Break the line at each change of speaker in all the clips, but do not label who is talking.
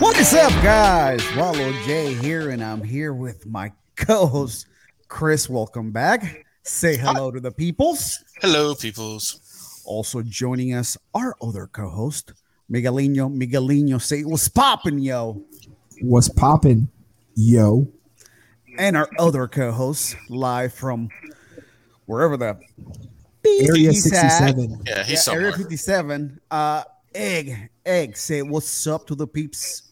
What's up, guys? Wallow J here, and I'm here with my co-host Chris. Welcome back. Say hello to the peoples.
Hello, peoples.
Also joining us, our other co-host Miguelino. Miguelino, say what's poppin', yo.
What's poppin', yo?
And our other co-host, live from wherever the
Area
He's at-
67.
Yeah, he's
Yeah,
somewhere.
Area 57. Uh, egg, egg, say what's up to the peeps.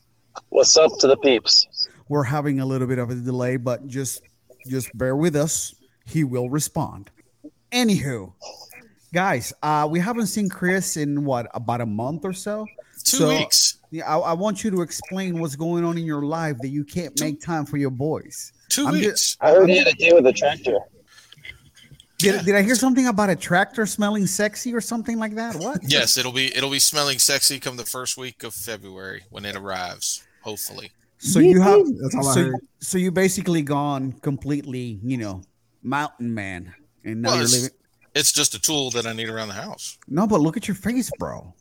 What's up to the peeps?
We're having a little bit of a delay, but just just bear with us. He will respond. Anywho, guys, uh, we haven't seen Chris in what about a month or so.
Two
So,
weeks.
Yeah, I, I want you to explain what's going on in your life that you can't make time for your boys.
Two
I'm
weeks.
I heard you had a deal with a tractor.
Did,
Yeah.
did I hear something about a tractor smelling sexy or something like that? What?
yes, it'll be it'll be smelling sexy come the first week of February when it arrives. Hopefully,
So you have
That's all I
so,
heard.
so you basically gone completely, you know, mountain man, and now
Well,
you're
it's-
living.
it's just a tool that I need around the house.
No, but look at your face, bro.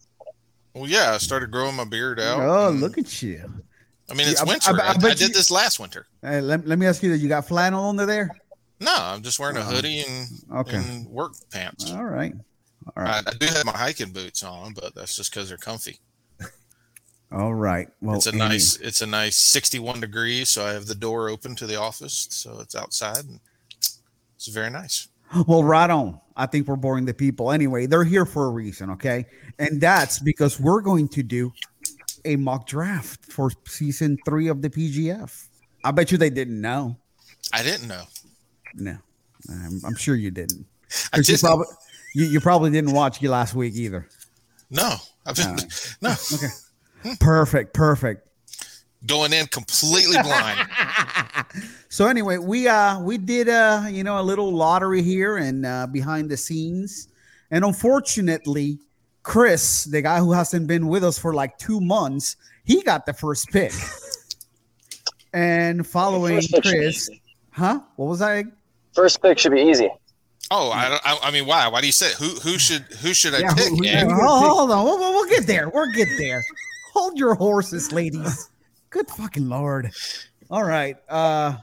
Well, yeah, I started growing my beard out.
Oh,
and-
look at you.
I mean, it's
I- I-
winter.
I
I, I
bet
did
you-
this last winter.
Hey, let, let me ask you that you got flannel under there?
No, I'm just wearing a hoodie and,
Okay.
and work pants.
All right, all
I,
right,
I do have my hiking boots on, but that's just because they're comfy.
all right. Well,
it's a
any-
nice it's a nice 61 degrees, so I have the door open to the office, so it's outside. And it's very nice.
Well, right on. I think we're boring the people. Anyway, they're here for a reason, okay? And that's because we're going to do a mock draft for season three of the PGF. I bet you they didn't know.
I didn't know.
No, I'm, I'm sure you didn't.
I
'Cause you
didn't.
probably you, you probably didn't watch you last week either.
No, I've been no Hmm.
Perfect, perfect.
going in completely blind.
So anyway, we uh we did uh you know a little lottery here and uh, behind the scenes, and unfortunately, Chris, the guy who hasn't been with us for like two months, he got the first pick. and following
First pick should be
Chris,
easy.
huh? What was I?
First pick should be easy.
oh, I, don't- I I mean, why? Why do you say who who should who should I
Yeah,
pick?
who- who-
Ed?
Oh,
gonna pick?
hold on, we'll, we'll we'll get there. We'll get there. Hold your horses, ladies. Good fucking lord. All right, uh,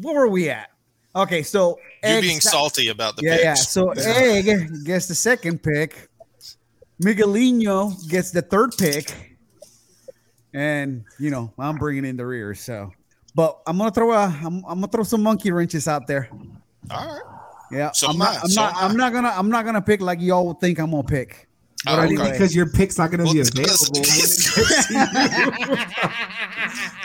where were we at? Okay, so
You're
Egg
being
got-
salty about the
yeah, yeah.
picks.
So Egg gets the second pick. Miguelino gets the third pick. And you know, I'm bringing in the rear, so but I'm gonna throw a I'm, I'm gonna throw some monkey wrenches out there.
All right.
Yeah,
So
I'm
am I.
not I'm
So
not
am I.
I'm not gonna I'm not gonna pick like y'all think I'm gonna pick.
Oh,
But
okay.
anyway,
Because your pick's not going to
Well,
be
because-
available. when it gets to you.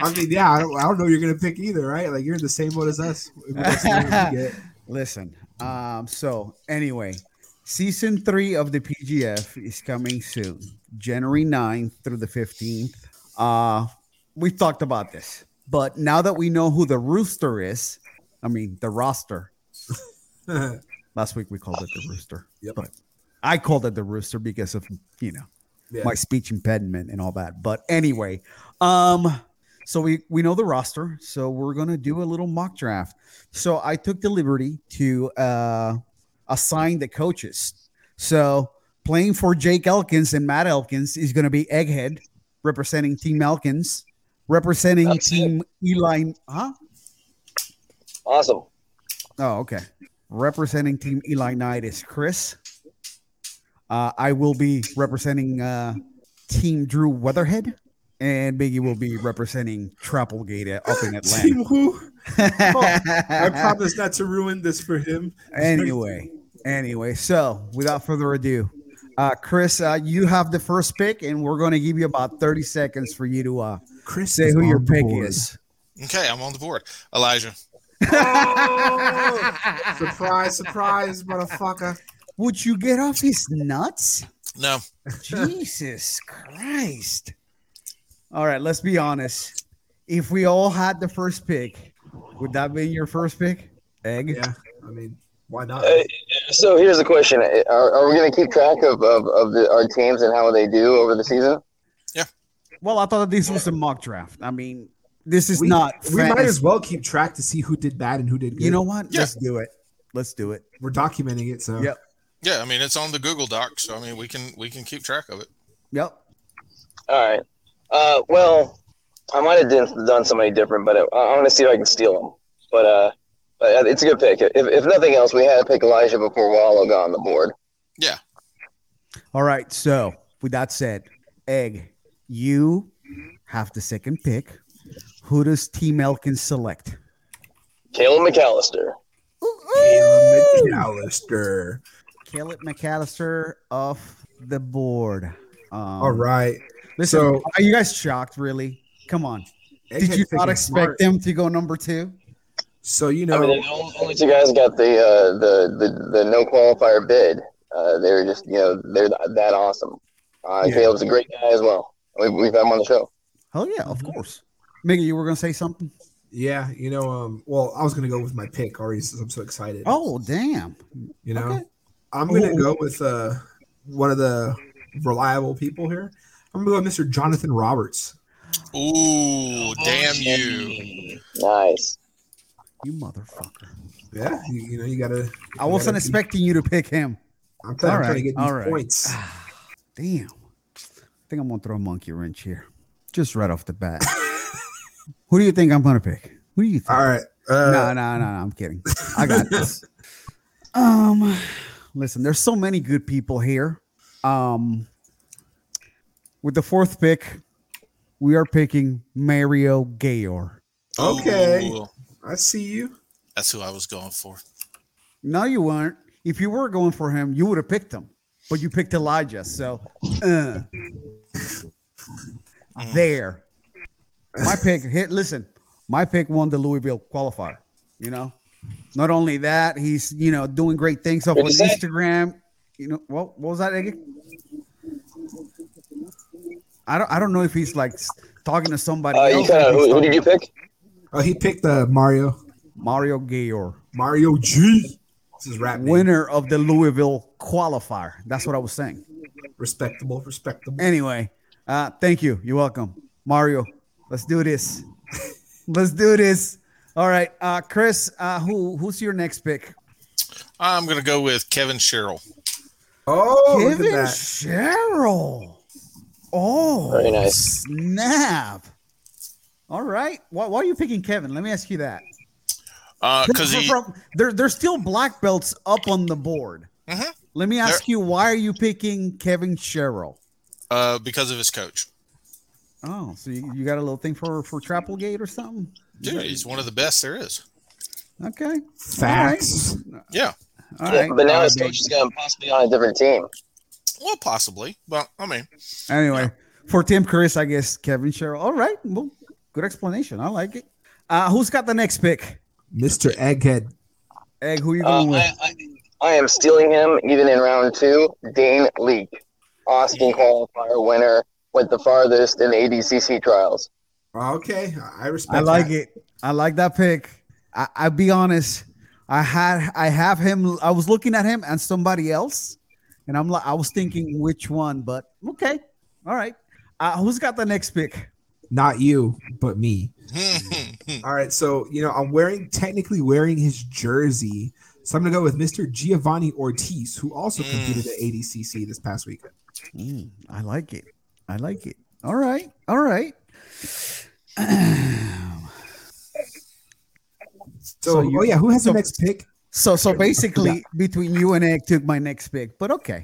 I mean, yeah, I don't, I don't know you're going to pick either, right? Like, you're in the same boat as us. We're gonna see what we get.
Listen. Um. So anyway, season three of the PGF is coming soon, January 9th through the fifteenth. Uh, we've talked about this, but now that we know who the rooster is, I mean the roster. Last week we called it the rooster.
Yep.
But I called it the rooster because of you know
Yeah.
my speech impediment and all that. But anyway, um, so we we know the roster, so we're gonna do a little mock draft. So I took the liberty to uh, assign the coaches. So playing for Jake Elkins and Matt Elkins is gonna be Egghead representing Team Elkins, representing
That's it.
Team Eli. Huh?
Awesome.
Oh, okay. Representing Team Eli Knight is Chris. Uh, I will be representing uh, Team Drew Weatherhead, and Biggie will be representing Trapplegate up in
Team
Atlanta.
who? I promise not to ruin this for him.
anyway, anyway, so without further ado, uh, Chris, uh, you have the first pick, and we're going to give you about 30 seconds for you to uh,
Chris
say
is
who your
on
pick
board.
is.
Okay, I'm on the board. Elijah.
Oh! surprise, surprise, motherfucker.
Would you get off his nuts?
No,
Jesus Christ. All right, let's be honest. If we all had the first pick, would that be your first pick? Egg?
Yeah, I mean, why not?
Uh, So here's the question: Are, are we going to keep track of, of, of the, our teams and how they do over the season?
Well, I thought this was a mock draft. I mean, this is
we,
not
we might
fantasy.
as well keep track to see who did bad and who did good.
You know what?
Yeah.
Let's do it. Let's do it.
we're documenting it, so
Yep.
yeah, I mean it's on the Google Doc, so I mean we can we can keep track of it.
Yep.
All right. Uh, well, I might have done, done somebody different, but I, I want to see if I can steal him. But uh, but it's a good pick. If, if nothing else, we had to pick Elijah before Wallow got on the board.
Yeah.
All right. So with that said, Egg, you have the second pick. Who does Team Elkins select?
Caleb McAllister.
Caleb McAllister.
Caleb McAllister off the board. Um,
All right.
Listen,
so-
are you guys shocked? Really? Come on. Did you
Egghead's
not
picking
expect
smart.
them to go number two?
So you
I
know,
mean, the only, only two guys got the uh, the, the the no qualifier bid. Uh, they're just you know they're th- that awesome. Uh,
Yeah.
Caleb's a great guy as well. We, we've had him on the show.
Hell yeah, of course. Miggy, Mm-hmm. you were gonna say something?
yeah, you know. Um, well, I was gonna go with my pick already since I'm so excited.
Oh damn.
you know,
Okay. Oh.
I'm gonna
Ooh.
go with uh one of the reliable people here. I'm gonna go with Mr. Jonathan Roberts.
Ooh,
Oh,
damn you.
Nice.
You motherfucker.
Yeah, you, you know, you gotta.
I wasn't
gotta-
expecting Ah. you to pick him.
I'm trying, I'm
All
trying
right,
to get these
all right.
points.
Damn. I think I'm gonna throw a monkey wrench here. Just right off the bat. Who do you think I'm gonna pick? Who do you think?
All right. Uh,
no, no, no, no. I'm kidding. I got this. um, listen, there's so many good people here. Um, with the fourth pick, we are picking Mario Gayor.
Okay.
Ooh,
I see you.
that's who I was going for.
No, you weren't. If you were going for him, you would have picked him, but you picked Elijah. So, uh.
Mm-hmm.
there. My pick hit. Listen, my pick won the Louisville qualifier. You know, not only that, he's you know doing great things off on
What'd you say?
Instagram. You know, what what was that again? I don't I don't know if he's like s- talking to somebody.
Uh, you
else.
kind of who, who did you pick?
Oh, he picked uh, Mario.
Mario Gayor.
Mario G. This is rap. name.
winner of the Louisville qualifier. That's what I was saying.
Respectable. Respectable.
Anyway, uh, thank you. You're welcome, Mario. Let's do this. Let's do this. All right, uh, Chris. Uh, who who's your next pick?
I'm going to go with Kevin Sherrill.
oh, look
Kevin
at that.
Cheryl. Oh,
Very nice.
Snap. All right. Why, why are you picking Kevin? Let me ask you that.
Because
From-
uh, he,
from- there, there's still black belts up on the board.
Mhm.
Let me ask you, why are you picking Kevin Cheryl?
uh, because of his coach.
Oh, so you, you got a little thing for for Trapplegate or something?
Dude, he's one of the best there is.
Okay.
Facts.
Yeah.
All right.
But now his coach is going to possibly on a different team.
Well, possibly, but I mean,
Anyway, for Tim Chris, I guess Kevin Sherrill. All right. Well, good explanation. I like it. Uh, who's got the next pick?
Mr. Egghead.
Egg, who you
Uh,
going
I,
with?
I, I am stealing him even in round two. Dane Leak, Austin qualifier winner, went the farthest in ADCC trials.
Okay, I- I respect.
I like
that.
it. I like that pick. I, I'll be honest. I had I have him. I was looking at him and somebody else, and I'm like I was thinking which one, but okay. All right. Uh, who's got the next pick?
Not you, but me. All right, so you know I'm wearing technically wearing his jersey, so I'm gonna go with Mr. Giovanni Ortiz, who also
Mm.
competed at ADCC this past weekend.
Mm, I like it. I like it. All right. All right.
So,
So you-
oh yeah, who has
so-
the next pick?
So so basically between you and Egg took my next pick, but okay.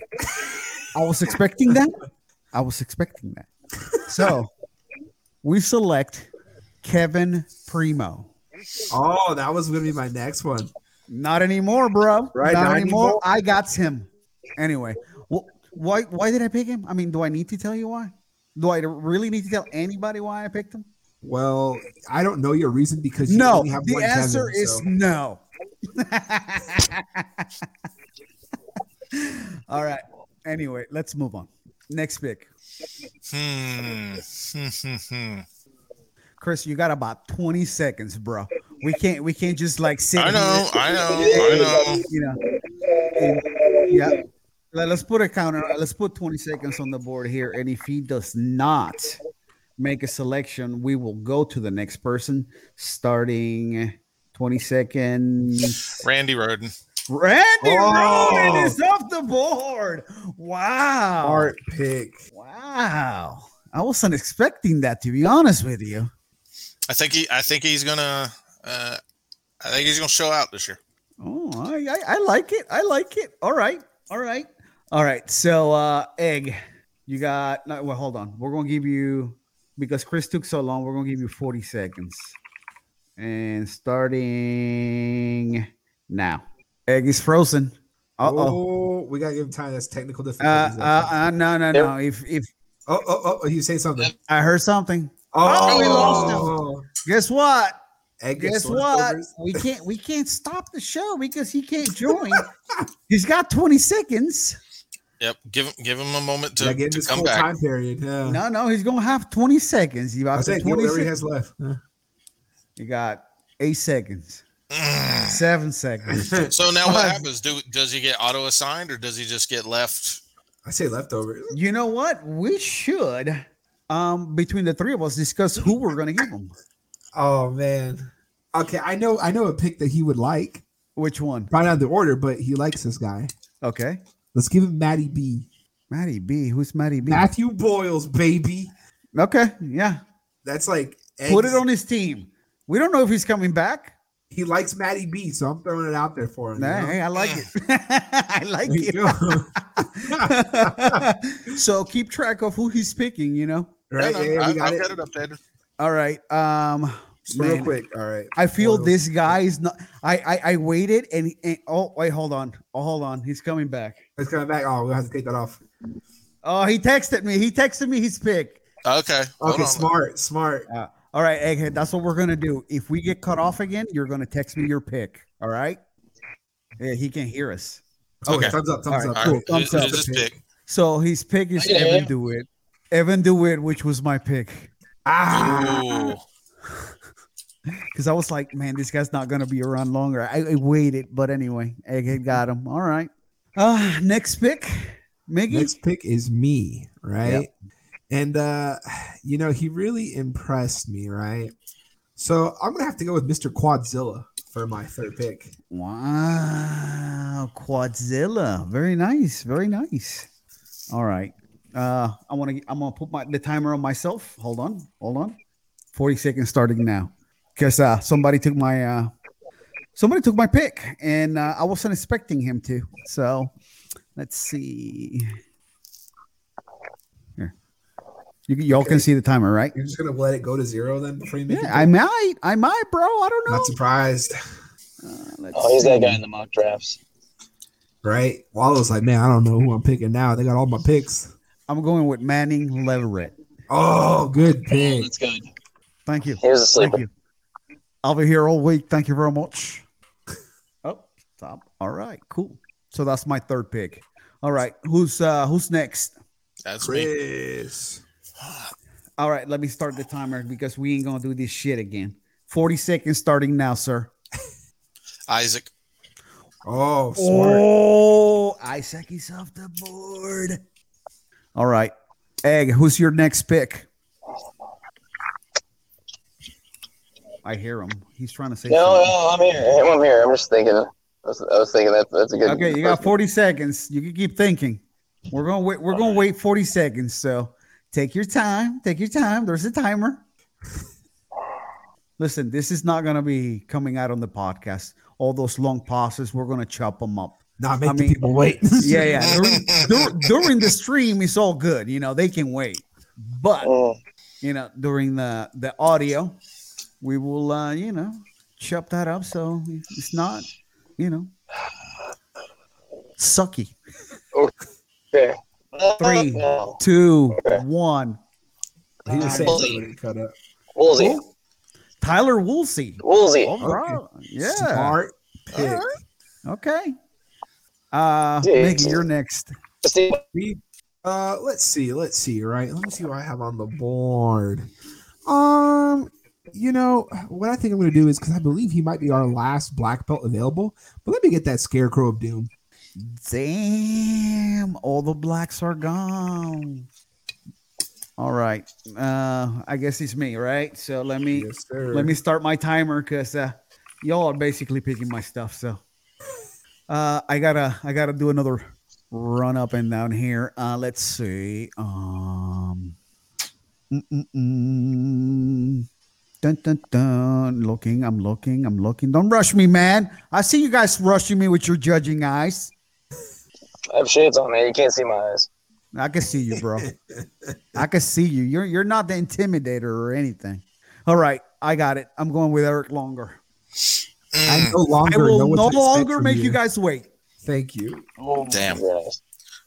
I was expecting that. I was expecting that. So we select Kevin Primo.
Oh, that was gonna be my next one.
Not anymore, bro.
Right,
Not,
not
anymore.
anymore.
I got him. Anyway, wh- why why did I pick him? I mean, do I need to tell you why? Do I really need to tell anybody why I picked him?
Well, I don't know your reason because you
No,
only have
the
one
answer
Kevin,
is
so-
no. All right. Anyway, let's move on. Next pick.
Hmm. Hmm. hmm.
Chris, you got about 20 seconds, bro. We can't we can't just like sit
I know.
here,
I know. I know.
you know. and- yeah. Let, us put a counter. Let's put 20 seconds on the board here. And if he does not make a selection, we will go to the next person starting 20 seconds.
Randy Roden.
Randy
Oh.
Roden is off the board. Wow.
Art pick.
Wow. I wasn't expecting that to be honest with you.
I think he. I think he's gonna. Uh, I think he's gonna show out this year.
Oh, I, I, I like it. I like it. All right. All right. All right. So, uh, egg, you got. No, well, hold on. We're gonna give you because Chris took so long. We're gonna give you forty seconds, and starting now, egg is frozen. Uh-oh.
Oh, we gotta give him time. That's technical
Uh
difficulties.
uh uh No no no. If if
oh, oh, oh, you say something.
I heard something,
Oh,
we lost him. guess what?
Egg gets
Guess
one
what?
overs.
We can't we can't stop the show because he can't join. He's got 20 seconds.
Yep. Give him. Give him a moment
Yeah,
to,
give him
to
this
come
whole
back.
time period. Yeah.
No, no, he's gonna have 20 seconds. You
Uh. I
got
say
20
whatever he
sec-
has left. Yeah.
You got eight seconds,
Mm.
seven seconds.
So now what
Five.
happens? Do does he get auto assigned or does he just get left?
I say leftovers.
You know what? We should um between the three of us discuss who we're gonna give him.
Oh man. Okay, I know. I know a pick that he would like.
Which one?
Probably not the order, but he likes this guy.
Okay.
Let's give him Matty B.
Matty B. Who's Matty B?
Matthew Boyles, baby.
Okay, yeah.
That's like
Put it on his team. We don't know if he's coming back.
He likes Matty B, so I'm throwing it out there for him. you
Nah,
know?
hey, I like it. I like
There you
it.
go.
so keep track of who he's picking, you know.
right?
No, no,
yeah,
I,
we got
I've
it.
got it updated.
All right. Um
Just real
man,
quick. All right.
I feel
Boyles.
this guy is not I I, I waited and, and oh wait, hold on. Oh hold on. He's coming back.
It's coming back. Oh, we'll have to take that off.
Oh, he texted me. He texted me his pick.
Okay. hold
Okay,
on.
smart, smart.
Uh, all right, Egghead, that's what we're gonna do. If we get cut off again, you're gonna text me your pick. All right. Yeah, he can hear us.
Okay,
Okay.
thumbs up, thumbs
All right,
up.
All
Cool.
right.
I'm
Who's
sorry.
who's his pick?
So his pick is
Yeah.
Evan DeWitt. Evan DeWitt, which was my pick.
Ah,
Ooh.
because I was like, man, this guy's not gonna be around longer. I, I waited, but anyway, Egghead got him. All right. Uh next pick, Miggy.
next pick is me, right? And uh, you know, he really impressed me, right? So I'm gonna have to go with Mr. Quadzilla for my third pick.
Wow, Quadzilla. Very nice. Very nice. All right. Uh, I want to. I'm gonna put my the timer on myself. Hold on. Hold on. Forty seconds starting now. Because uh, somebody took my uh, somebody took my pick, and uh, I wasn't expecting him to. So, let's see. Here, you, y'all can see the timer, right?
You're just gonna let it go to zero then before you make
Yeah,
it.
I might. I might, bro. I don't know.
Not surprised,
Uh, let's
Oh, he's that
see.
guy in the mock drafts.
right? Wallow's like, man, I don't know who I'm picking now. They got all my picks.
I'm going with Manning Leverett.
Oh, good pick.
That's good.
Thank you.
He was a
Thank
sleeper.
you. I'll be here all week. Thank you very much. Oh, stop. All right, cool. So that's my third pick. All right, who's uh who's next?
That's me.
Chris.
All right, let me start the timer because we ain't gonna do this shit again. Forty seconds starting now, sir.
Isaac.
Oh, smart.
Oh, Isaac is off the board. All right, Egg. Who's your next pick? I hear him. He's trying to say.
No,
something.
no, I'm here. I'm here. I'm just thinking. I was, I was thinking that that's a good.
Okay, you got 40 seconds. You can keep thinking. We're gonna wait. We're gonna wait 40 seconds. So take your time. Take your time. There's a timer. Listen, this is not gonna be coming out on the podcast. All those long pauses, we're gonna chop them up.
Nah, make
I
the
mean-
people wait.
Yeah, yeah. During, dur- during the stream, it's all good. You know, they can wait. But
Mm,
you know, during the the audio, we will, uh, you know, chop that up so it's not, you know, sucky.
okay. Uh,
Three.
No.
two, one.
He was saying something when he cut up.
Woolsey.
Tyler Woolsey.
Woolsey.
All right. Yeah.
Oh
Uh,
Smart
All
pick.
right. Okay. Uh,
Yeah.
Mickey, you're next.
Steve-
We, uh, let's see, let's see, right? Let me see what I have on the board. Um, you know what I think I'm going to do is because I believe he might be our last black belt available. But let me get that Scarecrow of Doom.
Damn, all the blacks are gone. All right. Uh, I guess it's me, right? So let me
sir.
let me start my timer because uh, y'all are basically picking my stuff. So uh, I gotta I gotta do another run up and down here. Uh, let's see. Um, mm-mm-mm. mm, Dun, dun, dun. Looking, I'm looking, I'm looking. Don't rush me, man. I see you guys rushing me with your judging eyes.
I have shades on, man. You can't see my eyes.
I can see you, bro. I can see you. You're you're not the intimidator or anything. All right, I got it. I'm going with Eric Longer.
I no
I
longer know
will
what
no
to expect
longer
from
make you guys wait.
Thank you.
Oh,
Mm, Damn.
goodness.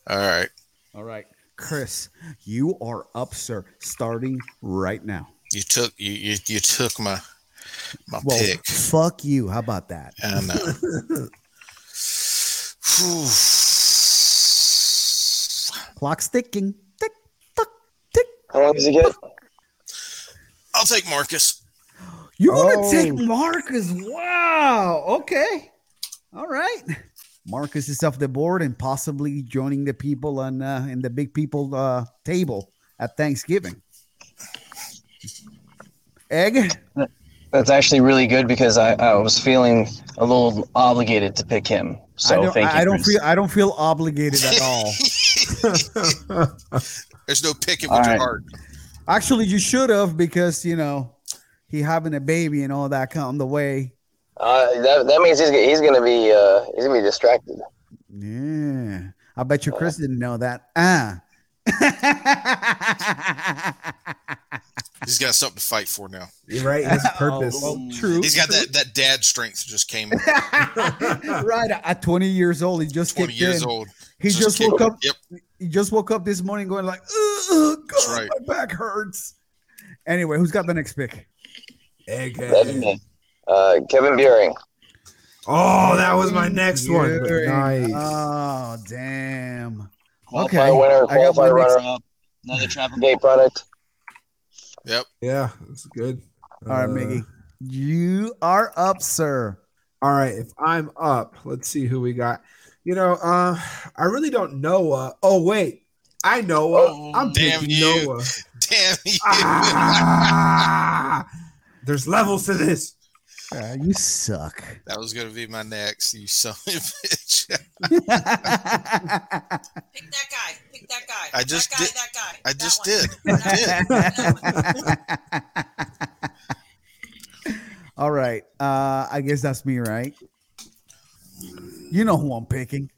All right.
All right, Chris, you are up, sir. Starting right now.
You took you you, you took my my
Well,
pick.
fuck you. How about that?
I know. Whew.
Clock's ticking. Tick, tick, tick.
How long does he get?
I'll take Marcus.
You want to
Oh.
take Marcus? Wow. Okay. All right. Marcus is off the board and possibly joining the people on uh, in the big people uh, table at Thanksgiving. Egg.
That's actually really good because I, I was feeling a little obligated to pick him. So
I don't,
thank you.
I, I don't
Chris.
feel. I don't feel obligated at all.
There's no picking
All
with your
right.
heart.
Actually, you should have because you know he having a baby and all that come the way.
Uh, that, that means he's, g- he's gonna be uh, he's gonna be distracted.
Yeah. I bet you Chris didn't know that. Ah.
He's got something to fight for now.
You're right. It has a purpose.
Oh, well, true.
He's got that that dad strength just came. at
right at 20 years old, he just
Twenty
kicked
years
in.
old.
He just, woke
kidding.
up.
Yep.
He just woke up this morning going like, "Ugh, God,
right.
my back hurts." Anyway, who's got the next pick?
That'd be
Egghead.
me. Uh, Kevin Buring.
Oh, that was my next one.
Yuri.
Nice.
Oh damn!
Qualifier
Okay,
winner,
I got my
qualifier
next-
runner up. Another Travel Gate product.
Yep.
Yeah, that's good.
All right,
Uh,
Miggy, you are up, sir.
All right, if I'm up, let's see who we got. You know, uh, I really don't know. Uh, oh wait, I know. Uh,
Oh,
I'm
damn
picking
you.
Noah.
Damn you.
Ah, there's levels to this.
Uh, you suck.
That was gonna be my next. You son of a bitch.
Pick that guy. Pick that guy.
I just
that guy,
did-
That guy.
I
that
just
one.
did. I did.
All right. Uh, I guess that's me, right? You know who I'm picking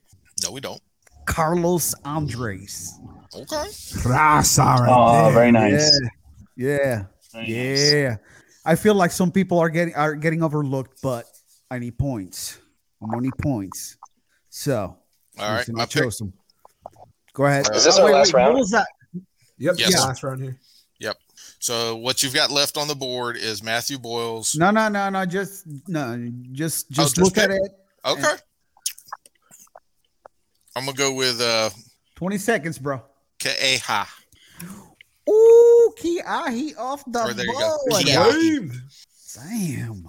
No, we don't.
Carlos Andres.
Okay.
Rasa right
Oh,
there.
very nice.
Yeah. Yeah.
Very nice.
Yeah. I feel like some people are getting are getting overlooked, but I need points. I'm on need points. So
All right.
listen, I
My pick.
chose him. Go ahead. Oh,
Is this our last
what
round?
was that?
Yep,
Yes.
yeah, last round here.
So what you've got left on the board is Matthew Boyles.
No, no, no, no. Just no. Just just,
Oh, just
look
pick.
at it.
Okay. I'm gonna go with uh
Twenty seconds, bro.
Kaeha.
Ooh, Kiahi off the
Or there you go.
board.
Yeah.
Waved.
Damn.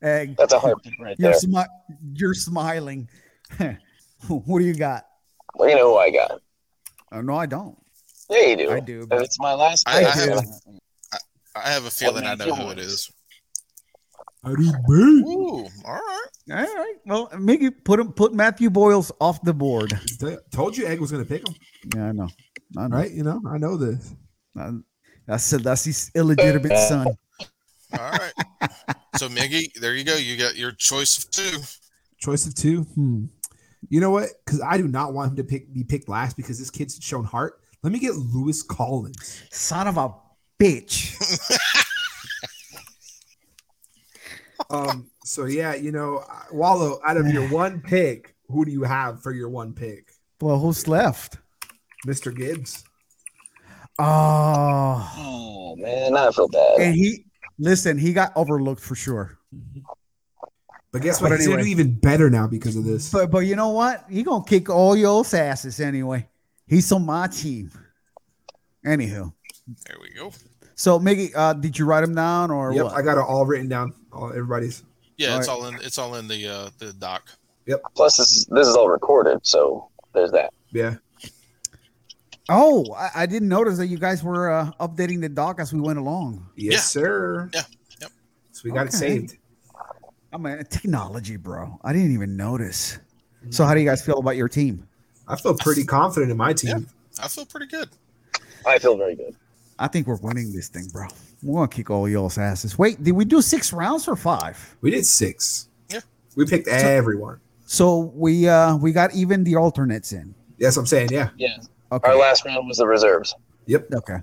Egg,
That's a hard pick right
you're,
there.
smi- you're smiling. what do you got?
Well, you know who I got?
Oh, no, I don't.
Yeah, you do.
I do. But
It's my last
I-
pick.
I have- I have a feeling I know who it is.
I do boo.
Ooh, all right.
all right. Well, maybe put him, put Matthew Boyles off the board.
T- Told you Egg was gonna pick him,
Yeah, I know. I know.
right? You know, I know this.
I, that's that's his illegitimate son.
All right. so Miggy, there you go. You got your choice of two.
Choice of two. Hmm. You know what? Because I do not want him to pick be picked last because this kid's shown heart. Let me get Lewis Collins.
Son of a bitch.
Um. So yeah, you know, Wallow. Out of your one pick, who do you have for your one pick,
well, who's left?
Mister Gibbs?
Oh,
Oh man, I feel bad.
and he listen. He got overlooked for sure.
But guess what?
But
He's gonna
anyway.
do even better now because of this.
But but you know what? He gonna kick all y'all's asses anyway. He's on my team. Anywho,
There we go.
so Miggy, uh, did you write him down or
Yep,
what?
I got it all written down. All everybody's.
Yeah,
All
it's
right.
all in it's all in the uh the doc.
Plus, this is, this is all recorded, so there's that.
Yeah.
oh, I, I didn't notice that you guys were uh, updating the doc as we went along.
Yes,
Yeah.
sir.
Yeah. Yep.
So we got it
Okay.
saved.
I mean, technology, bro. I didn't even notice. So, how do you guys feel about your team?
I feel pretty confident in my team.
I feel pretty good.
I feel very good.
I think we're winning this thing, bro. We're gonna kick all y'all's asses. Wait, did we do six rounds or five?
We did six.
Yeah.
We picked everyone.
So we uh we got even the alternates in.
That's what I'm saying. Yeah.
Yes.
Okay.
Our last round was the reserves.
Yep.
okay.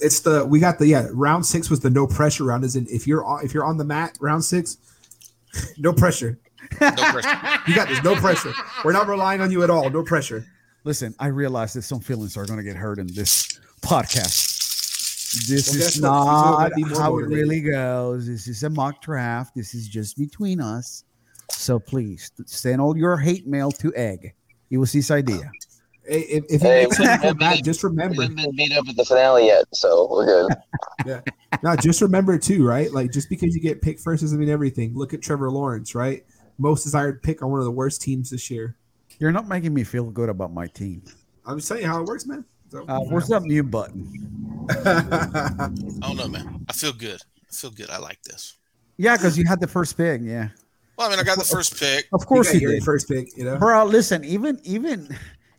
It's the we got the yeah. Round six was the no pressure round. Is in if you're on, if you're on the mat, round six, no pressure.
No pressure.
You got this. No pressure. We're not relying on you at all. No pressure.
Listen, I realize that some feelings are gonna get hurt in this podcast. This
Well,
is
guess what? People
not
might be more
how it
motivated.
really goes. This is a mock draft. This is just between us. So please send all your hate mail to Egg. It was his idea.
Hey, If, if
Hey,
it makes you feel
what-
bad, just
We
remember.
haven't been beat up at the finale yet, so we're good.
Now, just remember too, right? Like just because you get picked first doesn't mean everything. Look at Trevor Lawrence, right? Most desired pick on one of the worst teams this year.
You're not making me feel good about my team.
I'm just telling you how it works, man. So-
Uh, where's that mute button?
I don't know, man. I feel good. I feel good. I like this.
Yeah, because you had the first pick. Yeah,
Well, I mean, I got the first pick.
of
You
course
got
you,
your
did,
first pick, you know.
bro. Listen, even even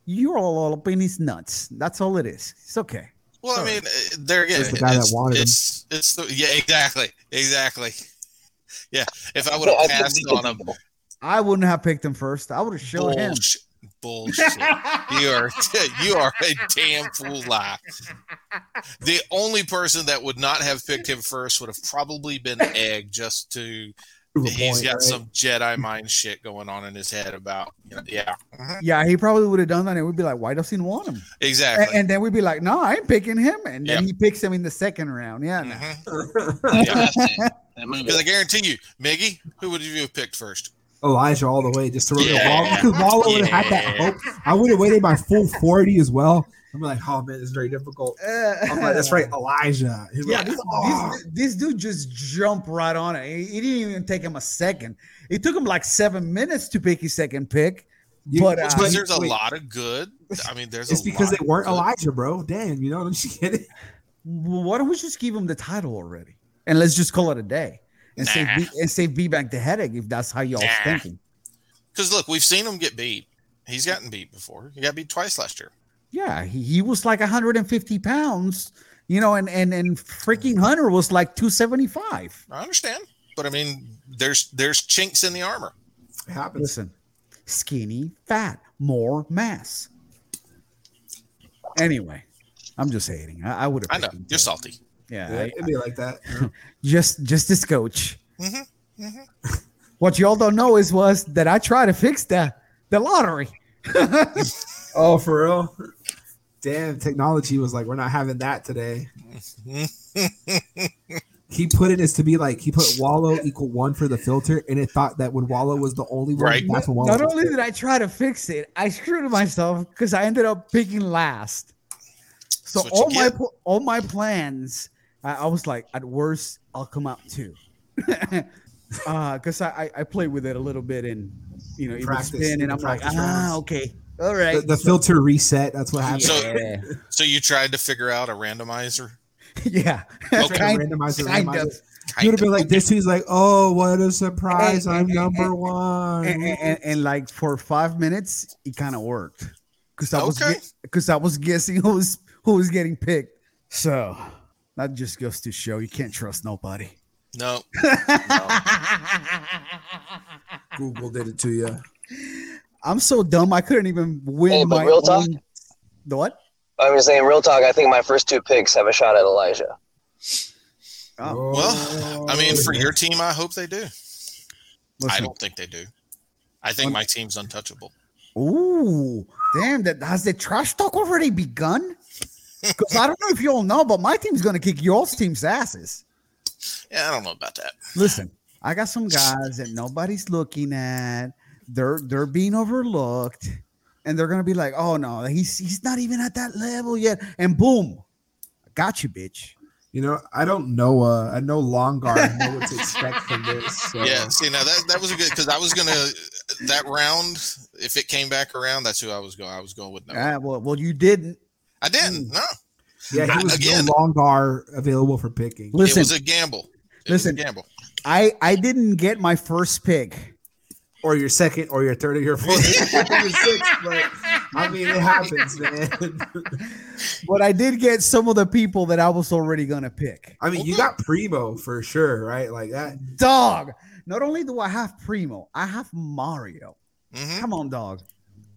you're all up in his nuts. That's all it is. It's okay.
Well, I mean, uh, there again,
It's the guy that
it's,
wanted him.
it's, it's the yeah, exactly, exactly. Yeah, if I would
I
have
feel
passed
good.
on him,
I wouldn't have picked him first. I would have showed him.
bullshit, bullshit. you are you are a damn fool lie. The only person that would not have picked him first would have probably been Egg, just to
Prove a
he's
point,
got
right?
some Jedi mind shit going on in his head about yeah, Mhm.
Yeah, he probably would have done that, and we'd be like, "Why doesn't he want him?" A- And,
exactly.
then we'd be like, "No, I ain't picking him." And then
Yeah.
he picks him in the second round. Yeah, no.
Mhm.
Yeah.
Because I guarantee you, Miggy, who would you have picked first?
Elijah all the way, just to
Yeah.
because Lala would have had that
Yeah.
hope. I would have waited my full forty as well. I'm like, oh man, it's very difficult.
Uh,
I'm like, that's right, Elijah. He's
Yeah,
like,
this,
"Oh."
this, this dude just jumped right on it. He, he didn't even take him a second. It took him like seven minutes to pick his second pick.
You-
but,
Which
uh,
means there's a
wait,
lot of good. I mean, there's
It's
a
because they
lot of
weren't
good.
Elijah, bro. Damn, you know, don't you get it?
Well, why don't we just give him the title already and let's just call it a day and save
Nah.
B, and save B back the headache if that's how y'all's
Nah.
thinking.
Because look, we've seen him get beat. He's gotten beat before. He got beat twice last year.
Yeah, he, he was like 150 pounds, you know, and and and freaking Hunter was like 275.
I understand, but I mean, there's there's chinks in the armor.
It happens.
Listen, skinny, fat, more mass. Anyway, I'm just hating. I, I would
I
have.
know you're salty.
Yeah,
Yeah,
I-
it'd be like that.
just just this coach.
Mhm,
What y'all don't know is was that I try to fix the the lottery.
Oh, for real? Damn, technology was like, we're not having that today. he put it as to be like, he put Wallow equal one for the filter, and it thought that when Wallow was the only one,
Right.
that's when Wallow
Not
was
only
picked.
did I try to fix it, I screwed myself because I ended up picking last. So
That's what you
all my
get.
pl- all my plans, I, I was like, at worst, I'll come out two. Because I, I I played with it a little bit and you know it would
Practice,
spin and I'm like
practice
ah
rounds.
okay all right
the, the filter reset. That's what happened.
So-
yeah
So you tried to figure out a randomizer.
yeah
Okay.
Kind-
Randomizer,
kind
randomizer.
of.
Kind
you would have been
of.
like, this dude's like, oh, what a surprise.
Hey,
I'm
hey, hey,
number
hey,
one.
and, and- and- and, like for five minutes, it kind of worked because I was
Okay.
because I was guessing who was who was getting picked. So that just goes to show you can't trust nobody.
no.
Google did it to you.
I'm so dumb. I couldn't even win
Hey, but
my
real talk-
own- The what?
I'm just saying, real talk. I think my first two picks have a shot at Elijah.
Oh,
Well, I mean, for
uh,
your team, I hope they do. I
listen.
don't think they do. I think my team's untouchable.
Ooh, damn! That has the trash talk already begun? Because I don't know if you all know, but my team's gonna kick your team's asses.
Yeah, I don't know about that.
Listen, I got some guys that nobody's looking at. They're they're being overlooked, and they're gonna be like, "Oh no, he's he's not even at that level yet." And boom, I got you, bitch.
You know, I don't know. Uh, I know Longar. I know what to expect from this. So.
Yeah, see, now that that was a good because I was gonna that round. If it came back around, that's who I was going. I was going with no.
Ah, well, well, you didn't
I didn't. No,
Yeah, he was
Again.
no longer available for picking.
it
listen.
was a gamble. It
Listen.
was a gamble.
I I didn't get my first pick.
Or your second, or your third, or your fourth. or your sixth, but I mean, it happens, man.
But I did get some of the people that I was already gonna pick.
I mean, you got Primo for sure, right? Like that.
Dog. Not only do I have Primo, I have Mario.
Mhm.
Come on, dog.